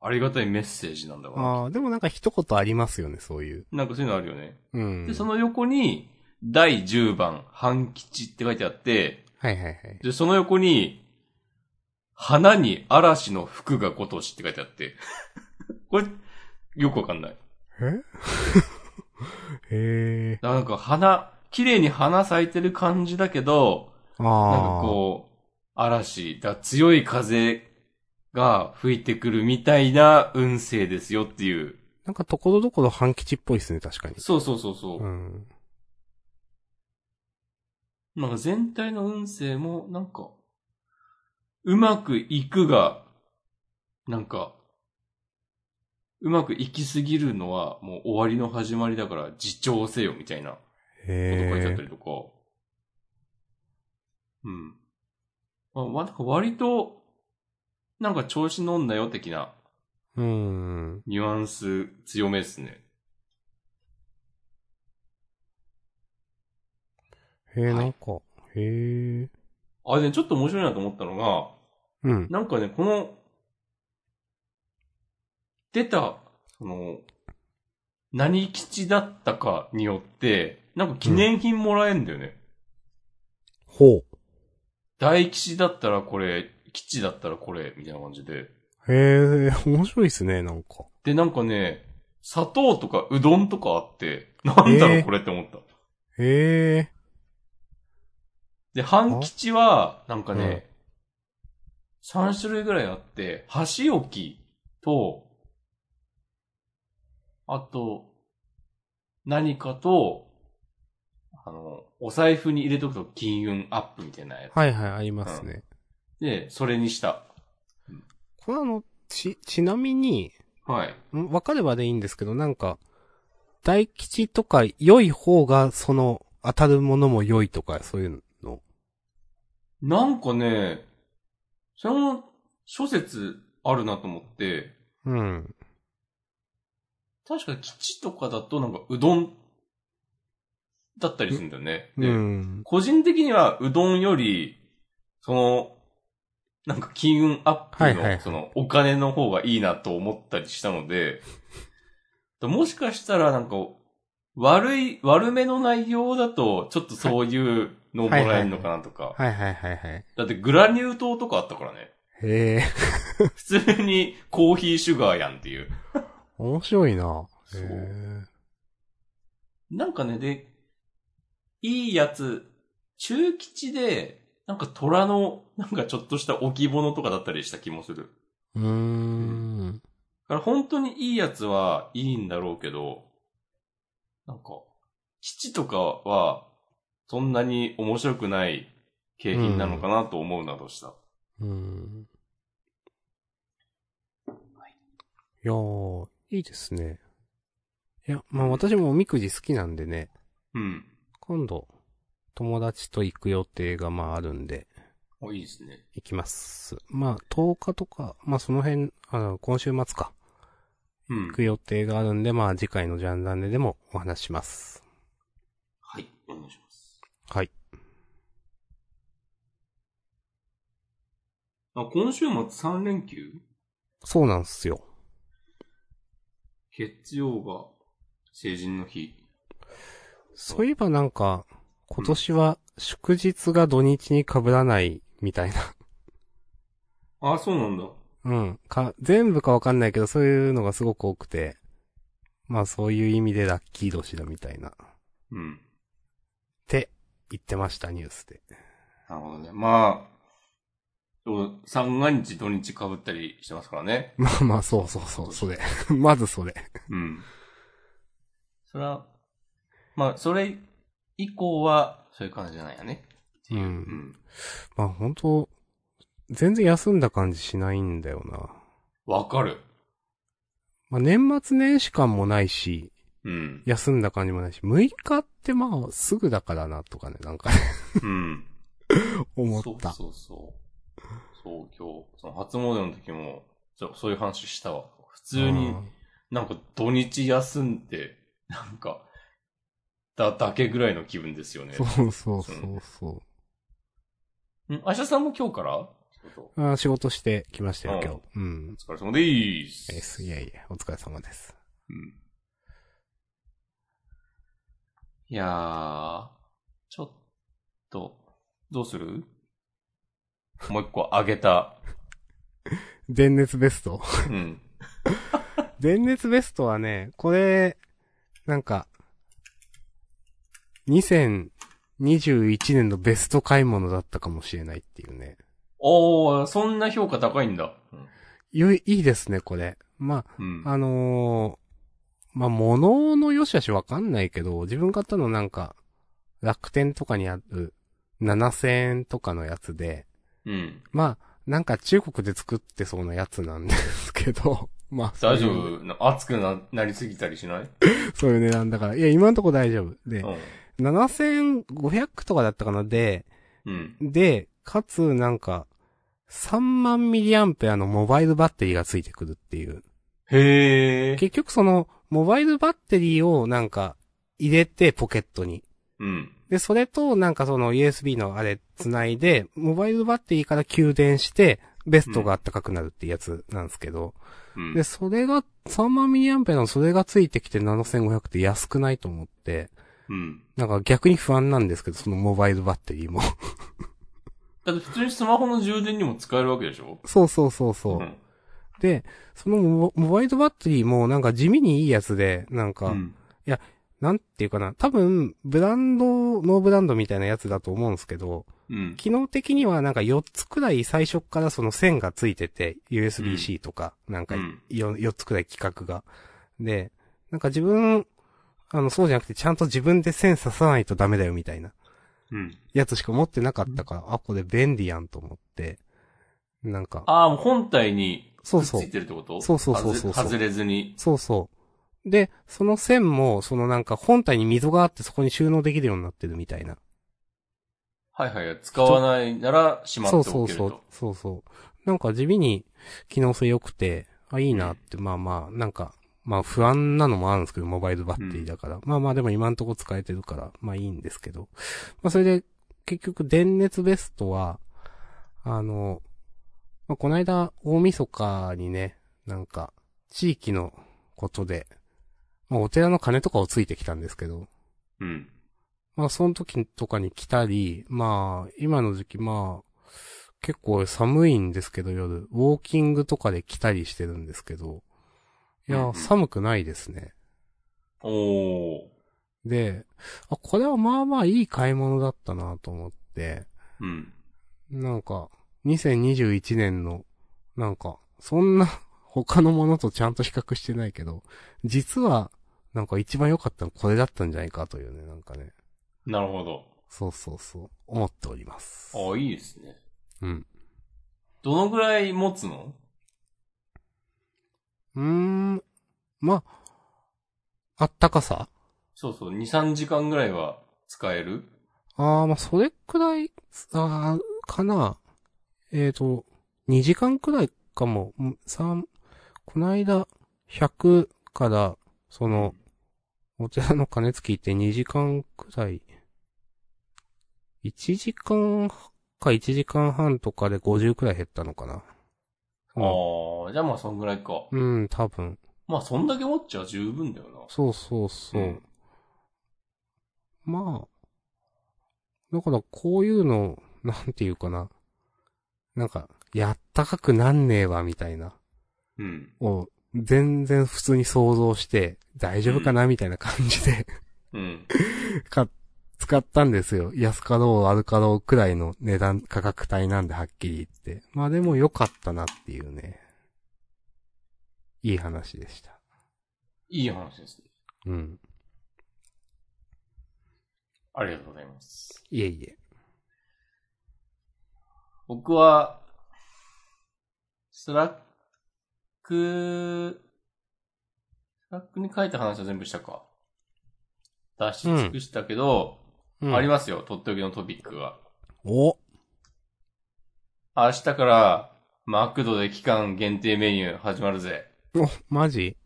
A: ありがたいメッセージなんだろうな。
B: ああ、でもなんか一言ありますよね、そういう。
A: なんかそういうのあるよね。
B: うん。
A: で、その横に、第10番、半吉って書いてあって、
B: はいはいはい。
A: で、その横に、花に嵐の服がごとしって書いてあ って。これ、よくわかんない。
B: え へえ。
A: だからなんか花、綺麗に花咲いてる感じだけど、
B: あ
A: なん
B: あ。
A: かこう、嵐、だ強い風が吹いてくるみたいな運勢ですよっていう。
B: なんかところどころ半吉っぽいですね、確かに。
A: そうそうそうそう。
B: うん。
A: なんか全体の運勢も、なんか、うまくいくが、なんか、うまくいきすぎるのはもう終わりの始まりだから自重せよみたいなこと書いてあ
B: へ
A: ったりとか。うん。まあ、わなんか割と、なんか調子乗んなよ的な
B: え。うん。
A: ニュアンス強めですね。
B: へえ、
A: はい
B: なんか。へえ。
A: あれね、ちょっと面白いなと思ったのが、
B: うん。
A: なんかね、この、出た、その、何吉だったかによって、なんか記念品もらえんだよね。
B: ほ
A: 大吉だったらこれ、吉だったらこれ、みたいな感じで。
B: う。へえ、面白いですね、なんか。
A: で、なんかね、砂糖とかうどんとかあって、なんだろ
B: え
A: う
B: ー
A: これって思った。
B: へえ。
A: で、半吉は、なんか
B: うん
A: ね、3種類ぐらいあって、箸置きと、あと、何かと、あの、お財布に入れとくと金運アップみたいなやつ。
B: はいはい、ありますね。
A: で、それにした。
B: これあの、ち、ちなみに、
A: はい。
B: んわかればでいいんですけど、なんか、大吉とか良い方が、その、当たるものも良いとか、そういうの。
A: なんかね、それも諸説あるなと思って、
B: うん。
A: 確か吉とかだとなんかうどんだったりするんだよね。
B: う
A: で、
B: ん。
A: 個人的にはうどんより、その、なんか金運アップの、
B: はいはいはい
A: そのお金の方がいいなと思ったりしたので、だもしかしたらなんか、悪い、悪めの内容だと、ちょっとそういうのをもらえるのかなとか。
B: はいはいはいはい。
A: だってグラニュー糖とかあったからね。
B: へえ。
A: 普通にコーヒーシュガーやんっていう。
B: 面白いな。へ
A: そう
B: え。
A: なんかね、で、いいやつ、中吉で、なんか虎の、なんかちょっとした置物とかだったりした気もする。
B: うーん。
A: だから本当にいいやつはいいんだろうけど、なんか、吉とかは、そんなに面白くない景品なのかなと思うなどした。
B: うん。いやー、いいですね。いや、まあ私もおみくじ好きなんでね、
A: うん。
B: 今度、友達と行く予定がまああるんで、
A: お、いいですね。
B: いきます。まあ、10日とか、まあその辺、あの、今週末か、
A: うん
B: 行。く予定があるんで、まあ次回のジャンダンででもお話しします。
A: はい、お願いします。
B: はい。
A: あ、今週末3連休
B: そうなんすよ。
A: 月曜が成人の日。
B: そういえばなんか、今年は祝日が土日に被らないみたいな。
A: あ、そうなんだ。
B: うん。か、全部かわかんないけど、そういうのがすごく多くて、まあそういう意味でラッキー年だみたいな。っ
A: うん。
B: て言ってました、ニュースで。
A: なるほどね。まあ、そう三が日土日被ったりしてますからね。
B: まあまあ、そうそうそう、それ。 まずそれ。
A: うん。それは、まあ、それ以降は、そういう感じじゃないよね。
B: うん
A: うん。
B: まあ本当全然休んだ感じしないんだよな。
A: わかる。
B: まあ年末年始感もないし、
A: うん。
B: 休んだ感じもないし、6日ってまあすぐだからなとかね、なんかね、
A: うん。
B: 思った。
A: そうそうそう。そう、今日、その初詣の時も、そうそういう話したわ。普通
B: う
A: に
B: ん、
A: なんか土日休んで、なんか、だ、だけぐらいの気分ですよね。
B: そうそうそうそ
A: うん。あしさんも今日から仕事
B: う。あー仕事してきましたよ、今日。うん
A: お。疲れ様でーす。
B: です。いやいや、お疲れ様です。
A: うん。いやー、ちょっと、どうするもう一個あげた。
B: 電熱ベスト
A: うん。
B: 電熱ベストはね、これ、なんか、2021年のベスト買い物だったかもしれないっていうね。
A: おー、そんな評価高いんだ。
B: よい、いいですね、これ。ま
A: うん。
B: あ、あのーまあ、物の良し悪しわかんないけど、自分買ったのなんか、楽天とかにある7000円とかのやつで、
A: うん。
B: まあ、なんか中国で作ってそうなやつなんですけど、 まあ、
A: 大丈夫な熱くな、なりすぎたりしない
B: そういう値段だから。いや、今のとこ大丈夫。で、
A: う
B: 7500とかだったかな。で、
A: ん。うん。
B: で、かつなんか、3万ミリアンペアのモバイルバッテリーがついてくるっていう。
A: へー。
B: 結局その、モバイルバッテリーをなんか、入れてポケットに。
A: うん。
B: で、それとなんかその USB のあれ繋いで、モバイルバッテリーから給電して、ベストが暖かくなるってやつなんですけど。
A: うん。
B: で、それが、3万ミリアンペアのそれがついてきて7500って安くないと思って。
A: うん。
B: なんか逆に不安なんですけど、そのモバイルバッテリーも。
A: だって普通にスマホの充電にも使えるわけでしょ
B: そうそうそうそう。
A: ん。
B: で、そのモモバイルバッテリーもなんか地味にいいやつで、なんか、
A: うん。
B: なんていうかな、多分、ブランド、ノーブランドみたいなやつだと思うんですけど、
A: うん。
B: 機能的にはなんか4つくらい最初からその線がついてて、USB-C とか、なんか
A: うん
B: よ 4, つくらい規格が。で、なんか自分、あの、そうじゃなくてちゃんと自分で線刺さないとダメだよみたいな。
A: うん。
B: やつしか持ってなかったから、あ、これ便利やんと思って。なんか、
A: ああ、もう本体に
B: そう
A: くっつ
B: そう
A: い。てるってこと
B: そうそうそうそうそう
A: 外れ外れずに。
B: そうそう。で、その線も、そのなんか本体に溝があってそこに収納できるようになってるみたいな。
A: はいはい。使わないならしまって
B: そ
A: お
B: う
A: けると。
B: そうそう。そうそう。なんか地味に機能性良くて、あ、いいなって、まあまあ、なんか、まあ不安なのもあるんですけど、モバイルバッテリーだから。まあまあでも今んとこ使えてるから、まあいいんですけど。まあそれで、結局電熱ベストは、あの、まあ、この間大晦日にね、なんか、地域のことで、まあお寺の鐘とかをついてきたんですけど、
A: うん。
B: まあ、その時とかに来たり、まあ、今の時期、まあ、結構寒いんですけど、夜、ウォーキングとかで来たりしてるんですけど、い
A: うんう
B: や、
A: ん
B: 寒くないですね。
A: おー。
B: で、あ、これはまあまあいい買い物だったなと思って、
A: うん。
B: なんか、2021年の、なんか、そんな 他のものとちゃんと比較してないけど、実は、なんか一番良かったのこれだったんじゃないかというね、なんかね。
A: なるほど。
B: そうそうそう、思っております。
A: ああ、いいですね。
B: うん。
A: どのぐらい持つの
B: うーん。まあ、あったかさ
A: そうそう。2、3時間ぐらいは使える
B: ああ、まあ、それくらい、ああ、かな。えっ、と、2時間くらいかも、ん三こないだ、100から、その、お寺の加熱器って2時間くらい、1時間か1時間半とかで50くらい減ったのかな。
A: ああ、じゃあまあそんぐらいか。
B: うん、多分。
A: まあそんだけ持っちゃ十分だよな。
B: そうそうそう。
A: うん
B: まあ、だからこういうの、なんていうかな。なんか、やったかくなんねえわ、みたいな。
A: うん。
B: を、全然普通に想像して、大丈夫かな、みたいな感じで、
A: うん。
B: か、使ったんですよ。安かろう、悪かろうくらいの値段、価格帯なんではっきり言って。まあでも良かったなっていうね。いい話でした。
A: いい話ですね。
B: うん。
A: ありがとうございます。
B: いえいえ。
A: 僕は、スラック、スラックに書いた話は全部したか。出し尽くしたけど、
B: うん、
A: ありますよ、とっておきのトピックが。
B: お
A: 明日から、マクドで期間限定メニュー始まるぜ。
B: お、マジ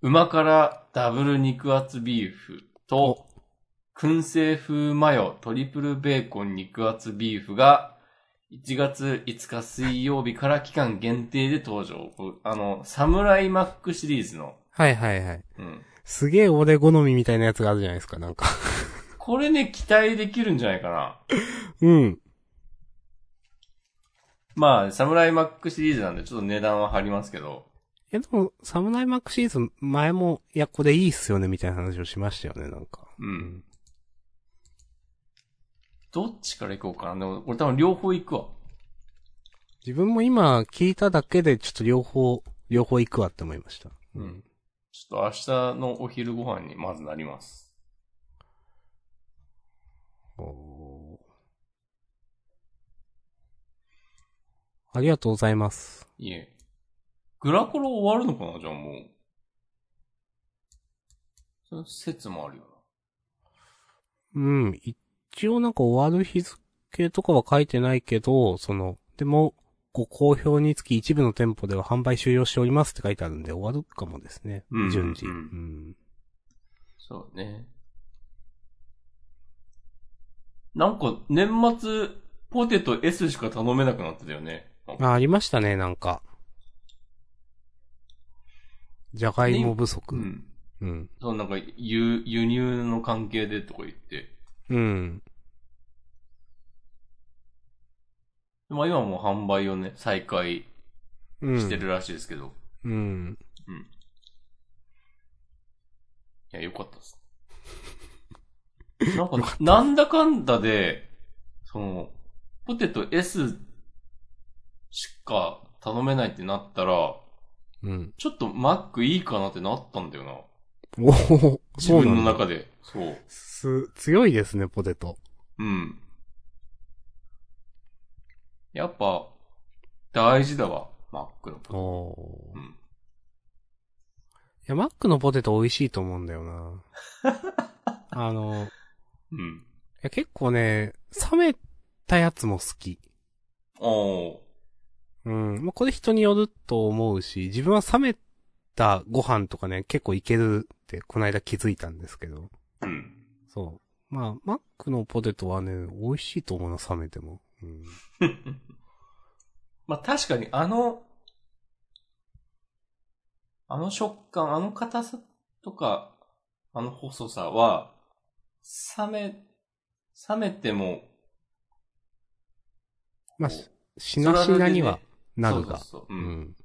A: 馬からダブル肉厚ビーフと、燻製風マヨトリプルベーコン肉厚ビーフが、1月5日水曜日から期間限定で登場。こうあの、サムライマックシリーズの。
B: はいはいはい。
A: うん。
B: すげえ俺好みみたいなやつがあるじゃないですか、なんか。
A: これね、期待できるんじゃないかな。
B: うん。
A: まあ、サムライマックシリーズなんで、ちょっと値段は張りますけど。
B: え、でも、サムライマックシーズン、前も、いや、これいいっすよね、みたいな話をしましたよね、なんか。
A: うん。どっちから行こうかな。でも、俺多分両方行くわ。
B: 自分も今、聞いただけで、ちょっと両方、両方行くわって思いました。
A: うん。ちょっと明日のお昼ご飯にまずなります。
B: おーありがとうございます。
A: いえ。グラコロ終わるのかなじゃあもう。その説もあるよ
B: うん。一応なんか終わる日付とかは書いてないけど、その、でも、ご好評につき一部の店舗では販売終了しておりますって書いてあるんで終わるかもですね。
A: うん
B: 順次。
A: うん
B: ん。
A: な。そうね。なんか、年末、ポテト S しか頼めなくなってたよね。
B: あ、ありましたね、なんか。じゃがいも不足。
A: うん。
B: うん。
A: そう、なんか、輸輸入の関係でとか言って。
B: うん。
A: まあ今はもう販売をね、再開
B: うん。
A: してるらしいですけど。い
B: うん。
A: や、よかった です。なんか、なんだかんだで、その、ポテト S しか頼めないってなったら、
B: うん。
A: ちょっとマックいいかなってなったんだよな。
B: おお、
A: 自
B: そう
A: 分の
B: なんだ。
A: 中で。そう。
B: す、強いですね、ポテト。
A: うん。やっぱ、大事だわ、マックの。
B: おお
A: う
B: ー。い
A: ん。
B: や、マックのポテト美味しいと思うんだよな。 あの、い
A: うん。
B: や結構ね、冷めたやつも好き。
A: おー。
B: うん。まあ、これ人によると思うし、自分は冷めたご飯とかね、結構いけるって、この間気づいたんですけど。
A: うん。
B: そう。まあ、マックのポテトはね、美味しいと思うな、冷めても。うん。
A: まあ確かにあの、あの食感、あの硬さとか、あの細さは、冷め、冷めても、
B: まあ、
A: こう
B: ししなしなにはなる
A: そ
B: が
A: う。そうそう
B: う
A: うん
B: ん。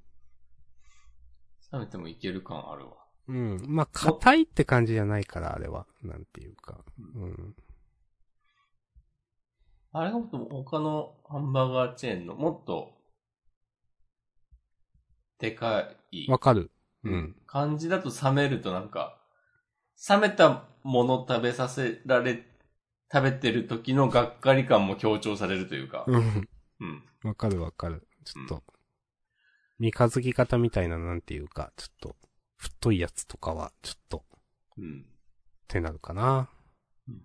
A: 冷めてもいける感あるわ。
B: うん。まあ、硬いって感じじゃないから、あれは。なんていうか。うん。
A: あれがもっと他のハンバーガーチェーンのもっと、でかい
B: わかる。うん。
A: 感じだと冷めるとなんか、冷めたもの食べさせられ、食べてる時のがっかり感も強調されるというか。
B: うん。
A: うん。
B: わかるわかる。ちょっと、三日月型みたいな、なんていうか、ちょっと、太いやつとかは、ちょっと、
A: うん。
B: ってなるかな
A: うん。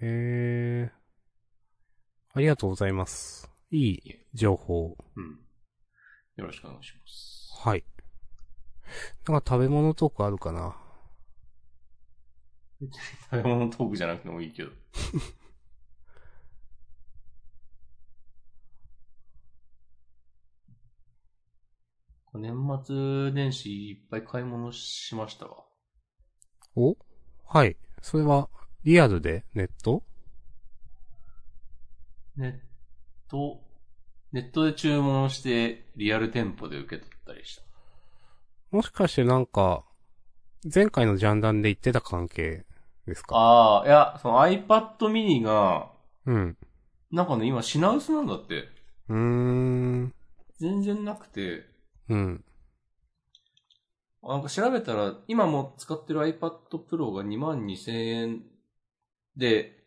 B: へえ。ありがとうございます。いい情報。
A: うん。よろしくお願いします。
B: はい。なんか食べ物トークあるかな
A: 食べ物トークじゃなくてもいいけど。 年末年始いっぱい買い物しましたわ。
B: おはい。それは、リアルでネット
A: ネット、ネットで注文してリアル店舗で受け取ったりした。
B: もしかしてなんか、前回のジャンダンで言ってた関係ですか
A: ああ、いや、その iPad mini が、
B: うん。
A: なんかね、今品薄なんだって。
B: うーん。
A: 全然なくて、
B: うん。
A: なんか調べたら、今も使ってる iPad Pro が22,000円で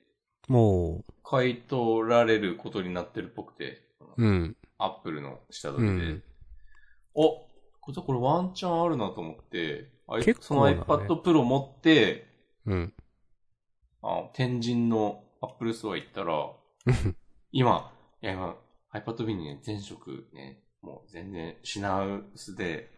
B: も
A: 買い取られることになってるっぽくて、
B: う、うん。
A: Apple の下取りで。
B: うん
A: おこれこれワンチャンあるなと思って、あい
B: 結
A: そ
B: 構
A: の
B: だね
A: iPad Pro 持って、
B: うん。
A: あ天神の Apple Store 行ったら、今、いや今、iPad mini ね、全色ね、もう全然品薄で、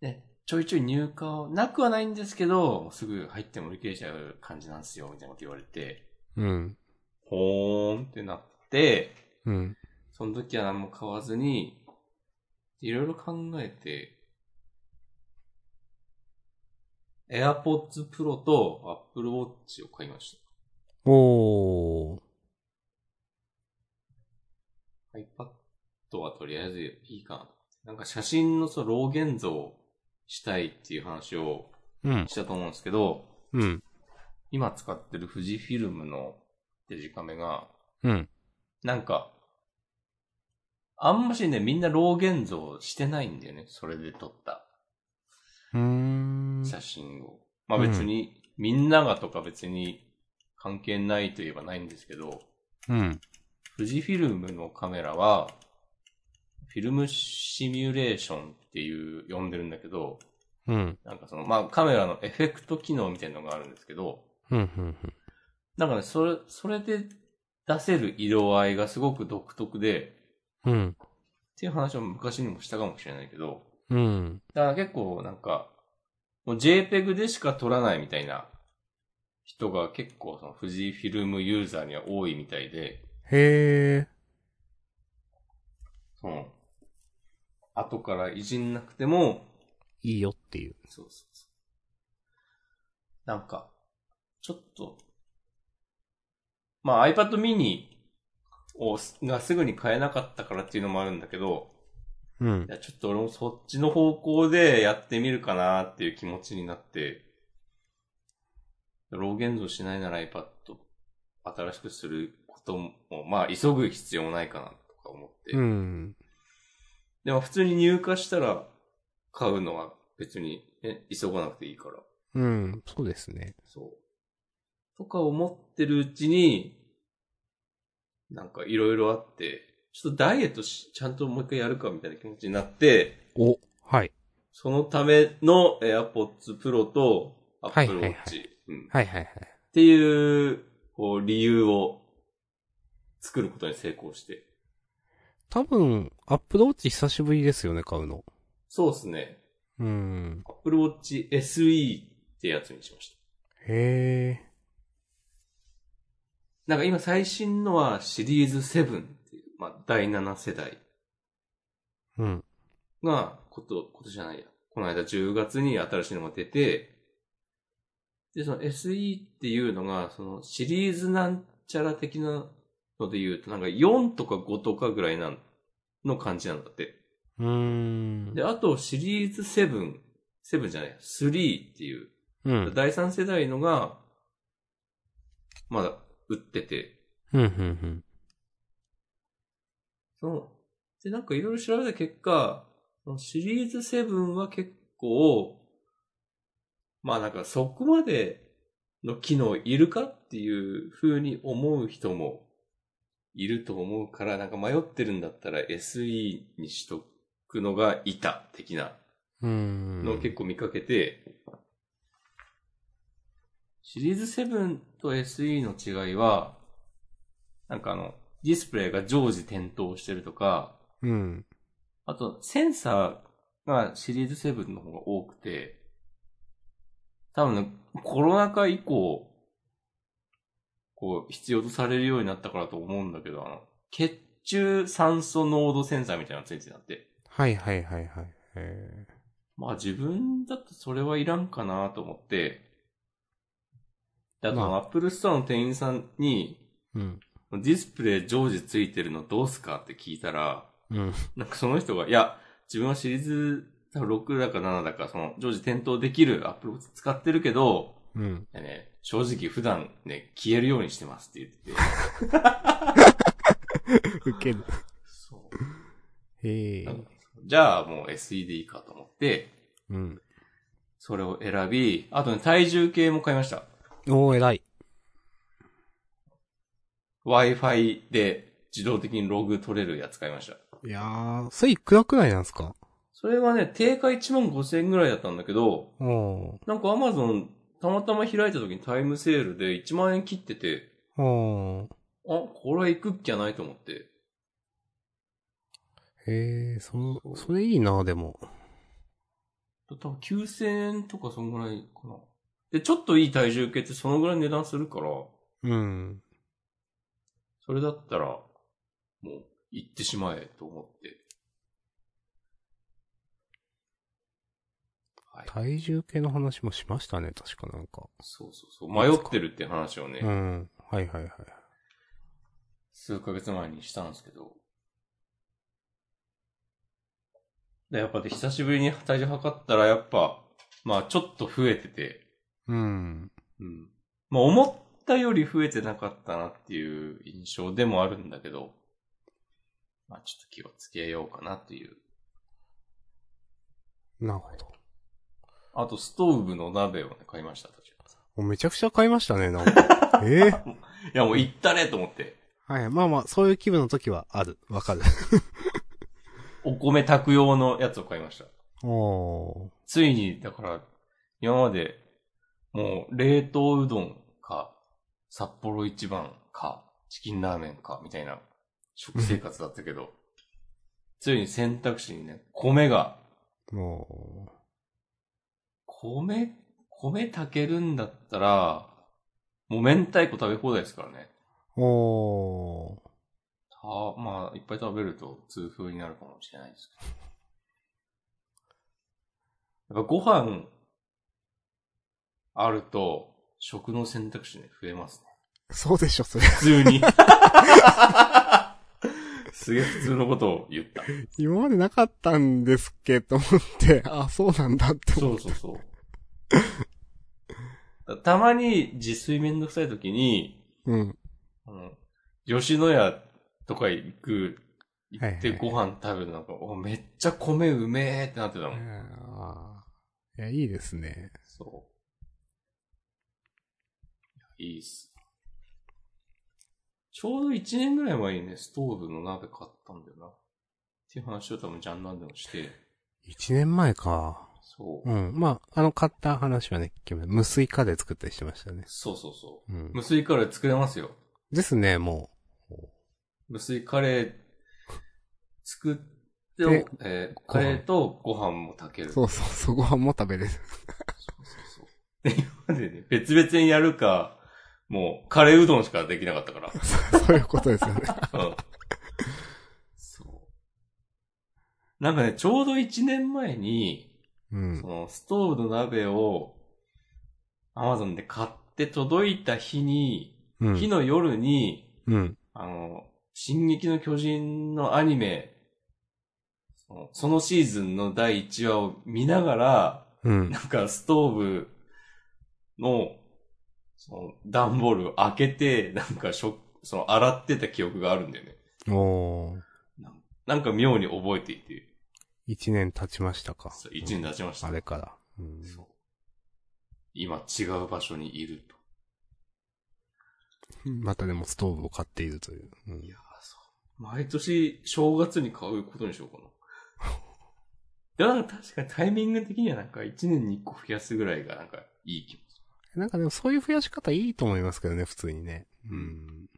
A: ね、ちょいちょい入荷なくはないんですけど、すぐ入っても売り切れちゃう感じなんですよ、みたいなこと言われて、
B: うん。
A: ほーんってなって、
B: うん。
A: その時は何も買わずに、いろいろ考えて、AirPods Pro と Apple Watch を買いました。
B: おー。
A: iPad はとりあえずいいかな。なんか写真のその老現像したいっていう話を
B: うん。
A: したと思うんですけど、
B: うん。
A: 今使ってる富士フィルムのデジカメが、
B: うん。
A: なんか、あんましね、みんな老現像してないんだよね。それで撮った
B: うーん。
A: 写真を。まあ別に、みんながとか別に関係ないといえばないんですけど、
B: うん。
A: 富士フィルムのカメラは、フィルムシミュレーションっていう、呼んでるんだけど、
B: うん。
A: なんかその、まあカメラのエフェクト機能みたいなのがあるんですけど、
B: うん。うん。
A: なんかね、それ、それで出せる色合いがすごく独特で、
B: うん。
A: っていう話を昔にもしたかもしれないけど、
B: うん。
A: だから結構なんか、もう JPEG でしか撮らないみたいな人が結構その富士フィルムユーザーには多いみたいで、
B: へー。
A: その、後からいじんなくても、
B: いいよっていう。
A: そうそうそう。なんか、ちょっと、まあ iPad mini をす、がすぐに買えなかったからっていうのもあるんだけど、
B: うん
A: い。や、ちょっと俺もそっちの方向でやってみるかなっていう気持ちになって、老現像しないなら iPad 新しくすることも、まあ急ぐ必要もないかなとか思って。
B: うん。
A: でも普通に入荷したら買うのは別に、ね、急がなくていいから。
B: うん。そうですね。
A: そう。とか思ってるうちに、なんかいろいろあって、ちょっとダイエットし、ちゃんともう一回やるかみたいな気持ちになって、
B: お。はい。
A: そのための AirPods Pro と Apple
B: はいはいは
A: Watch うんっ
B: はいはいはい。
A: ていう、こう、理由を作ることに成功して。
B: 多分、アップローチ久しぶりですよね、買うの。
A: そうですね。
B: うん。
A: Apple Watch SE ってやつにしました。
B: へ
A: なんか今最新のはシリーズ7っていう、まあ、第7世代
B: ー。うん。
A: が、こと、今年じゃないや。この間10月に新しいのが出て、で、その SE っていうのが、そのシリーズなんちゃら的なので言うと、なんか4とか5とかぐらいなん、の感じなんだって。
B: うーん。
A: で、あとシリーズ7、7じゃない、3っていう、
B: うん。
A: 第3世代のが、まだ売ってて、
B: うん、うん、
A: その、で、なんかいろいろ調べた結果、そのシリーズ7は結構、まあなんかそこまでの機能いるかっていう風に思う人もいると思うから、なんか迷ってるんだったら SE にしとくのがいた的な
B: うん。うん。
A: のを結構見かけて、シリーズ7と SE の違いは、なんかあの、ディスプレイが常時点灯してるとか、
B: うん。
A: あと、センサーがシリーズ7の方が多くて、多分ね、コロナ禍以降、こう、必要とされるようになったからと思うんだけど、あの、血中酸素濃度センサーみたいなのついてたって。
B: はいはいはいはい。え
A: まあ自分だとそれはいらんかなと思って、であと、
B: まあ
A: アップルストアの店員さんに、
B: ーうん。
A: ディスプレイ常時ついてるのどうすかって聞いたら、
B: うん。
A: なんかその人が、いや、自分はシリーズ多分6だか7だか、その常時点灯できるアップルウォッチ使ってるけど、
B: うん。
A: いやね、正直普段ね、消えるようにしてますって言ってて。
B: 受ける。
A: そ
B: へえ
A: う。。じゃあもう SE でいいかと思って、
B: うん。
A: それを選び、あとね、体重計も買いました。
B: おー、偉い。
A: Wi-Fi で自動的にログ取れるやつ買いました。
B: いやー、それいくらくらいなんですか
A: それがね、定価1万5千円ぐらいだったんだけど、
B: おー。
A: なんか Amazon たまたま開いた時にタイムセールで1万円切ってて、
B: おー。
A: あ、これは行くっきゃないと思って。
B: へえ、そ、それいいな、でも。
A: 多分9000円とかそんぐらいかな。で、ちょっといい体重計ってそのぐらい値段するから、
B: うん。
A: それだったら、もう、行ってしまえと思って。はい。
B: 体重計の話もしましたね、確かなんか。
A: そうそうそう。迷ってるって話をね、
B: うん。はいはいはい。
A: 数ヶ月前にしたんですけど。で、やっぱで、久しぶりに体重測ったら、やっぱ、まあ、ちょっと増えてて、
B: うん。
A: うん。まあ、思ったより増えてなかったなっていう印象でもあるんだけど、まあ、ちょっと気をつけようかなという。
B: なるほど。
A: あと、ストーブの鍋をね、買いました、確か
B: もうめちゃくちゃ買いましたね、なん か。ええ
A: いや、もう行ったねと思って。
B: はい。まあまあ、そういう気分の時はある。わかる。
A: お米炊く用のやつを買いました。
B: おー。
A: ついに、だから、今まで、もう、冷凍うどんか、札幌一番か、チキンラーメンか、みたいな、食生活だったけど、ついに選択肢にね、米が
B: も
A: 米、米炊けるんだったら、もう明太子食べ放題ですからね。
B: う。お
A: た、まあ、いっぱい食べると痛風になるかもしれないですけど。やっぱご飯、あると、食の選択肢ね、増えますね。
B: ー。そうでしょ、それ。
A: 普通に。 すげえ普通のことを言った。
B: 今までなかったんですけど、と思って、 あ、そうなんだって
A: そ
B: 思
A: うそうそう。たまに自炊めんどくさい時に、
B: う。うん。
A: あの、吉野家とか行く、行
B: はい
A: っ
B: はい
A: て
B: はい
A: ご飯食べるのが、おめっちゃ米うめえってなってたも
B: いや
A: ん。
B: ーいや、いいですね。
A: そう。いいっす。ちょうど1年ぐらい前にね、ストーブの鍋買ったんだよな。っていう話を多分ジャンナンでもして、
B: 一年前か。
A: そう。
B: うん。まあ、あの、買った話はね、今日無水化で作ったりしてましたね。
A: そうそうそうう。
B: ん。
A: 無水カレー作れますよ。
B: ですね、も
A: 無水カレー作って、
B: で
A: えー
B: ご飯
A: カレーとご飯も炊け
B: う。
A: る。
B: そうそうそう、ご飯も食べれる。
A: そうそうそう。で、今までね、別々にやるか、もう、カレーうどんしかできなかったから。
B: そういうことですよ ね。
A: うん。そう。なんかね、ちょうど1年前に、
B: うん
A: そ。の、ストーブの鍋を、アマゾンで買って届いた日に、
B: う
A: 日
B: ん。
A: の夜に、
B: うん。
A: あの、進撃の巨人のアニメ、そのそのシーズンの第1話を見ながら、
B: う ん。
A: なんかストーブの、その、段ボールを開けて、なんかしょ、その、洗ってた記憶があるんだよね。
B: おー。
A: なんか妙に覚えていて、
B: 一年経ちましたか。
A: そう一年経ちました。
B: あれから。うん。
A: そう今違う場所にいると。
B: またでもストーブを買っているという。うん
A: いやー、そう。毎年正月に買うことにしようかな。 でもなんか確かにタイミング的にはなんか一年に一個増やすぐらいがなんかいい気もす
B: なんかでもそういう増やし方いいと思いますけどね、普通にね。うん。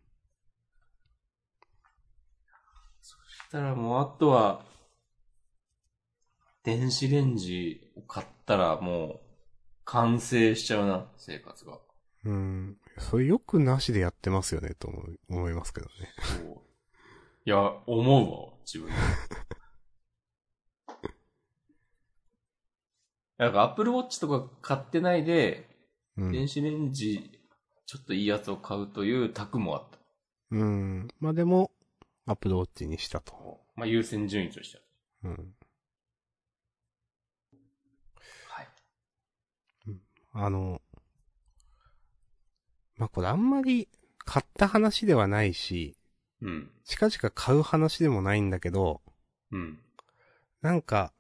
A: したらもうあとは、電子レンジを買ったらもう、完成しちゃうな、生活が。
B: うん。それよくなしでやってますよね、と思う思いますけどね。
A: そう。いや、思うわ、自 分で。なんか、Apple Watch とか買ってないで、
B: うん
A: 電。子レンジ、ちょっといいやつを買うという択もあった。
B: うん。まあ、でも、アップローチにしたと。
A: まあ、優先順位としては。
B: うん。
A: はい。
B: あの、まあ、これあんまり買った話ではないし、
A: うん。
B: 近々買う話でもないんだけど、
A: うん。
B: なんか、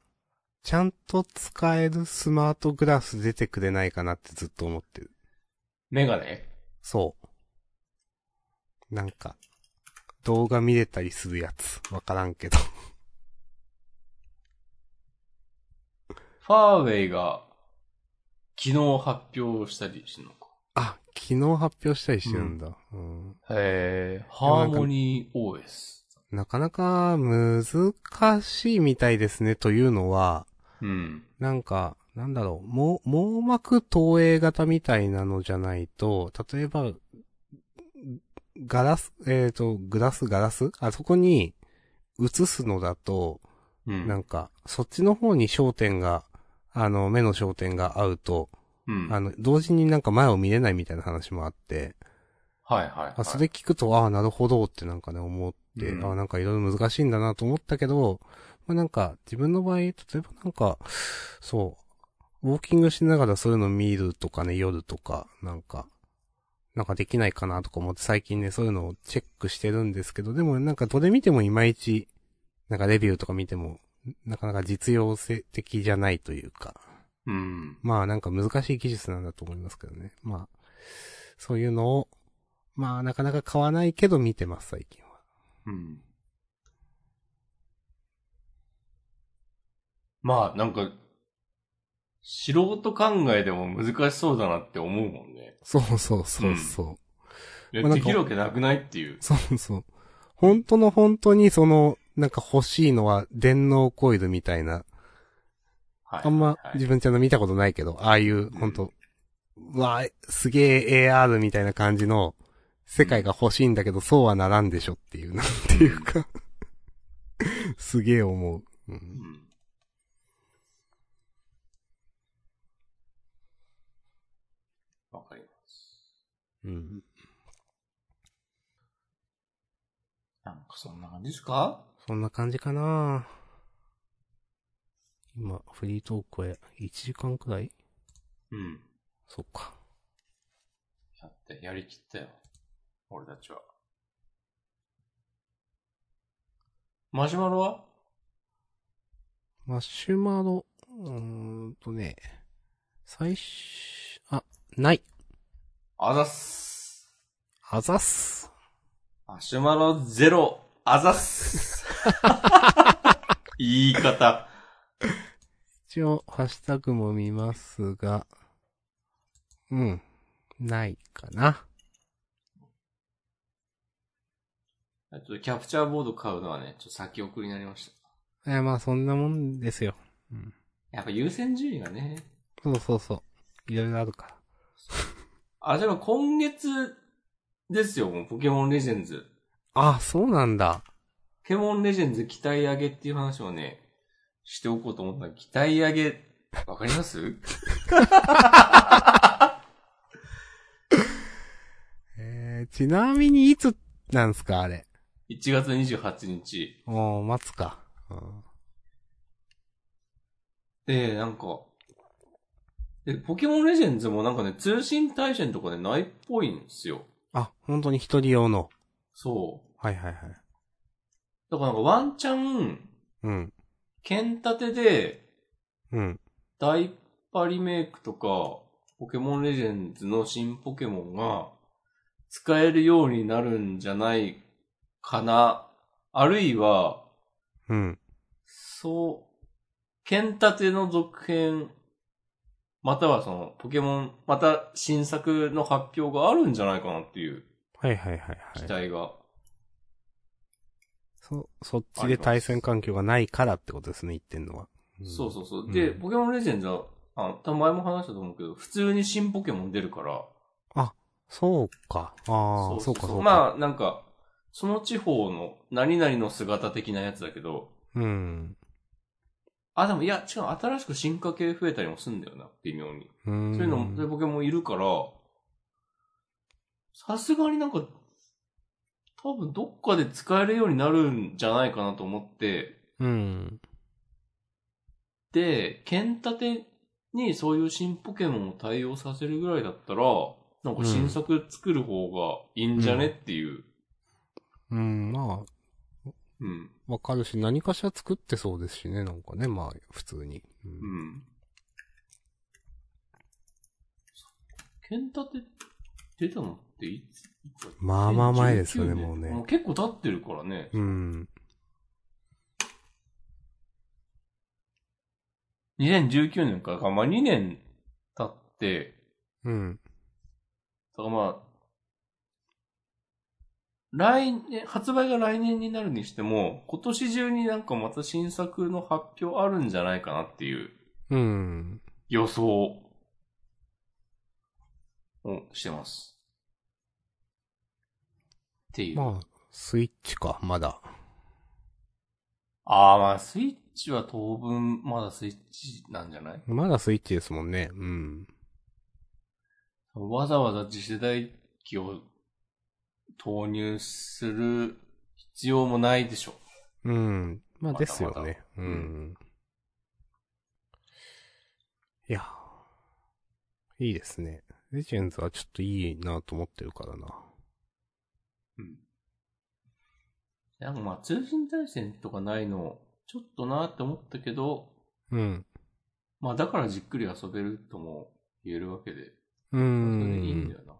B: ちゃんと使えるスマートグラス出てくれないかなってずっと思ってる。
A: メガネ
B: そう。なんか、動画見れたりするやつ。わからんけど。
A: ファーウェイが、昨日発表したりしてるのか。
B: あ、昨日発表したりしてるんだ。うん
A: へえ。ハーモニー OS。
B: なかなか難しいみたいですね。というのは、
A: うん。
B: なんか、なんだろう、網網膜投影型みたいなのじゃないと、例えば、ガラス、えっ、と、グラス、ガラスあそこに映すのだと、
A: うん。
B: なんか、そっちの方に焦点が、あの、目の焦点が合うと、
A: うん。
B: あの、同時になんか前を見れないみたいな話もあって、
A: はいはい、はい。
B: あ、それ聞くと、ああ、なるほどってなんかね、思って、
A: うん
B: ああ、なんかいろいろ難しいんだなと思ったけど、まあなんか、自分の場合、例えばなんか、そう、ウォーキングしながらそういうの見るとかね、夜とか、なんか、なんかできないかなとか思って、最近ね、そういうのをチェックしてるんですけど、でもなんかどれ見てもいまいち、なんかレビューとか見ても、なかなか実用性的じゃないというか、
A: うん。
B: まあなんか難しい技術なんだと思いますけどね。まあ、そういうのを、まあなかなか買わないけど見てます、最近は。
A: うん。まあ、なんか、素人考えでも難しそうだなって思うもんね。
B: そうそうそうそう。
A: いや
B: まあなん
A: で
B: か
A: きるわけなくないっていう。
B: そうそう。本当の本当にその、なんか欲しいのは電脳コイルみたいな。
A: はい。
B: あんま
A: はい
B: 自分ちゃんと見たことないけど、ああいう、本当うわあ、すげえ AR みたいな感じの世界が欲しいんだけど、そうはならんでしょっていう、なんていうか、すげえ思う。うん
A: うんわかります。
B: うん。
A: なんかそんな感じですか
B: そんな感じかな今、フリートークへ1時間くらい
A: うん。
B: そっか。
A: やって、やりきったよ。俺たちは。マシュマロは
B: マシュマロ、うーんとね、最初、あ、ない。
A: あざっす。
B: あざっす。
A: マシュマロゼロ、あざっ す。言い方。
B: 一応、ハッシュタグも見ますが、うん。ないかな。
A: ちょっとキャプチャーボード買うのはね、ちょっと先送りになりました。
B: え、まあ、そんなもんですよ。
A: やっぱ優先順位がね。
B: そうそうそう。いろいろあるから。
A: あ、でも今月ですよ、もうポケモンレジェンズ。
B: あ、そうなんだ。
A: ポケモンレジェンズ期待上げっていう話をね、しておこうと思ったら、期待上げ、わかります
B: えー、ちなみにいつなんすか、あれ。
A: ?1 月28日。
B: もう、待つか。うん
A: で、なんか、で、ポケモンレジェンズもなんかね、通信対戦とかでないっぽいんですよ。
B: あ、本当に一人用の。
A: そ
B: はいはいはい。
A: う。だからなんかワンチャン、
B: うん。
A: 剣立てで、
B: うん。
A: ダイパリメイクとか、ポケモンレジェンズの新ポケモンが、使えるようになるんじゃないかな。あるいは、
B: うん。
A: そう、剣立ての続編、またはその、ポケモン、また新作の発表があるんじゃないかなっていう
B: はいはいはい
A: 期
B: はい。
A: 待が。
B: そ、そっちで対戦環境がないからってことですね、言ってんのは。
A: そうそうそう。
B: うん
A: で、ポケモンレジェンドは、あ、多分前も話したと思うけど、普通に新ポケモン出るから、
B: そうか。ああ、そうか、そうか。
A: まあ、なんか、その地方の何々の姿的なやつだけど、
B: うん。
A: あ、でもいや、違う、新しく進化系増えたりもすんだよな、微妙に。
B: そう
A: そう
B: い
A: いうのも、そういうポケモンいるから、さすがになんか、多分どっかで使えるようになるんじゃないかなと思って、
B: うん。
A: で、剣立てにそういう新ポケモンを対応させるぐらいだったら、なんか新作作る方がいいんじゃねっていう。
B: うん、まあ、
A: うん。
B: わかるし、何かしら作ってそうですしね、なんかね、まあ、普通に。う
A: うんん。剣立て出たのっていついつだっけ
B: まあまあ前ですよね、
A: 2019年
B: もうね。
A: 結構経ってるからね。
B: うん。
A: 2019年からか、まあ2年経って、
B: うん。
A: だからまあ、来年、発売が来年になるにしても、今年中になんかまた新作の発表あるんじゃないかなっていう
B: うん。
A: 予想をしてます。っていう。
B: まあ、スイッチか、まだ。
A: ああ、まあ、スイッチは当分、まだスイッチなんじゃない
B: まだスイッチですもんね。うん。
A: わざわざ次世代機を投入する必要もないでしょ。
B: うん。ま
A: ま
B: あ
A: だ
B: ですよ
A: まだ
B: ね。うん。いや、いいですね。レジェンズはちょっといいなと思ってるからな。
A: なんかまあ通信対戦とかないの、ちょっとなーって思ったけど、
B: うん。
A: まあだからじっくり遊べるとも言えるわけで、
B: う
A: それ
B: ん。
A: でいいんだよな。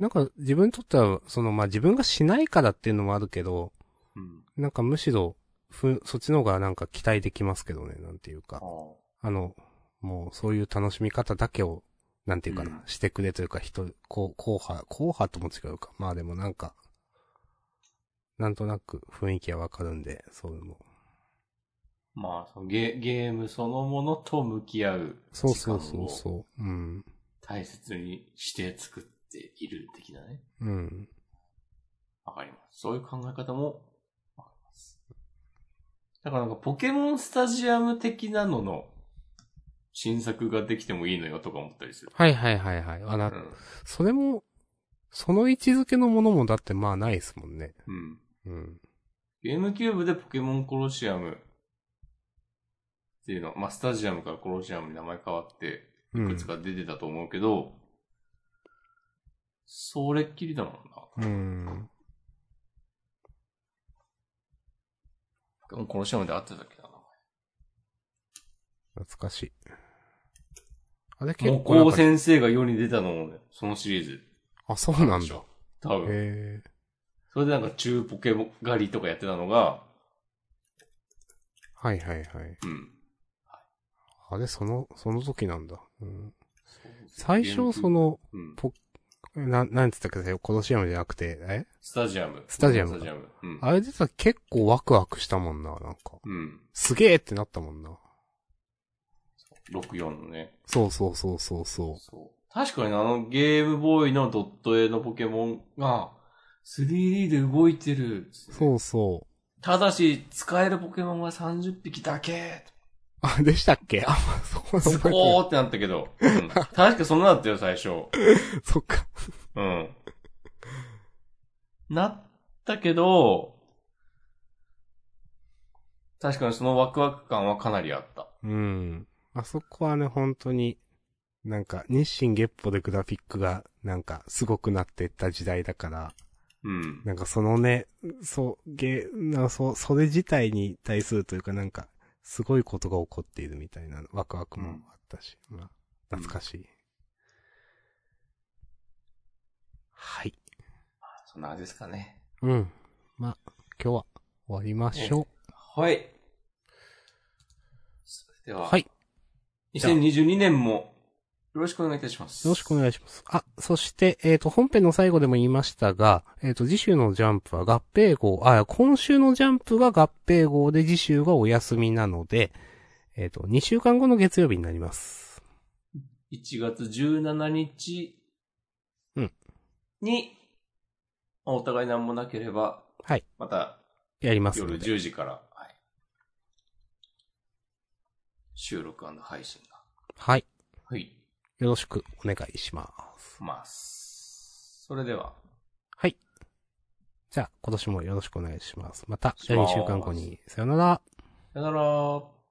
B: なんか自分にとっては、そのまあ自分がしないからっていうのもあるけど、
A: うん。
B: なんかむしろ、ふ、そっちの方がなんか期待できますけどね、なんていう
A: あ
B: か
A: あ。。
B: あの、もうそういう楽しみ方だけを、なんていうかな、
A: うん
B: してくれというか、人、こう、後派、後派とも違うか。まあでもなんか、なんとなく雰囲気はわかるんで、そういうの。
A: まあそのゲ、ゲームそのものと向き合う
B: そう
A: 時間
B: そ
A: を
B: うそうそう。うん。
A: 大切にして作っている的なね。
B: うん。
A: わかります。そういう考え方もわかります。だからなんかポケモンスタジアム的なのの新作ができてもいいのよとか思ったりする。
B: はいはいはいはい。あ
A: う
B: な、
A: ん。
B: それも、その位置づけのものもだってまあないですもんね。
A: うん。
B: うん。
A: ゲームキューブでポケモンコロシアムっていうの、まあ、スタジアムからコロシアムに名前変わって、
B: う
A: い
B: ん
A: くつか出てたと思うけど、それっきりだもんな。
B: うん。
A: ポケモンコロシアムで合ってたっけな。
B: 懐かしい。あれ結
A: 木
B: 構なん
A: 工
B: か
A: 先生が世に出たのもね、そのシリーズ。
B: あ、そうなんだ。へ
A: 多分。
B: え。
A: それでなんか中ポケモン狩りとかやってたのが、
B: はいはいはい。
A: うん。
B: あれ、その、その時なんだ。うん、最初、そ、の、
A: うん、
B: な、なんつったっけど、コロシアムじゃなくて、え
A: スタジアム。
B: スタジアム
A: スタジアム。うん。
B: あれ実は結構ワクワクしたもんな、なんか。
A: うん。
B: すげえってなったもんな。
A: 64のね。
B: そうそうそうそうそ
A: そう。確かにあのゲームボーイのドット絵のポケモンが 3D で動いてる。
B: う。そうそう。
A: ただし、使えるポケモンは30匹だ け。
B: あ、でしたっけあ、まあそう
A: すご
B: 覚えてない
A: ーってなったけど。うん、確かそんなだったよ、最初。
B: そっか。
A: うん。なったけど、確かにそのワクワク感はかなりあった。
B: うん。あそこはね、本当に、なんか、日清月歩でグラフィックが、なんか、すごくなってった時代だから、
A: うん。
B: なんかそのね、そう、げ、な、そう、それ自体に対するというかなんか、すごいことが起こっているみたいなワクワクもあったし、まあ、懐かしい。はい。
A: そんな感じですかね。
B: うん。まあ、今日は終わりましょ
A: はい。それで
B: う。
A: は、
B: はい。じゃあ
A: 2022年もろしくお願いいたします。
B: よろしくお願いします。あ、そして、えっ、と、本編の最後でも言いましたが、えっ、と、次週のジャンプは合併号、あ、今週のジャンプが合併号で次週がお休みなので、えっ、と、2週間後の月曜日になります。
A: 1月17日
B: うん
A: に、お互い何もなければ、
B: はい。
A: また
B: やりますの
A: 夜
B: で。
A: 10時から、はい、収録配信が、
B: はい。
A: はい、
B: よろしくお願いします。
A: ます。それでは、
B: はい。じゃあ、今年もよろしくお願いします。また、
A: します
B: 2週間後に。さよなら。
A: さよなら。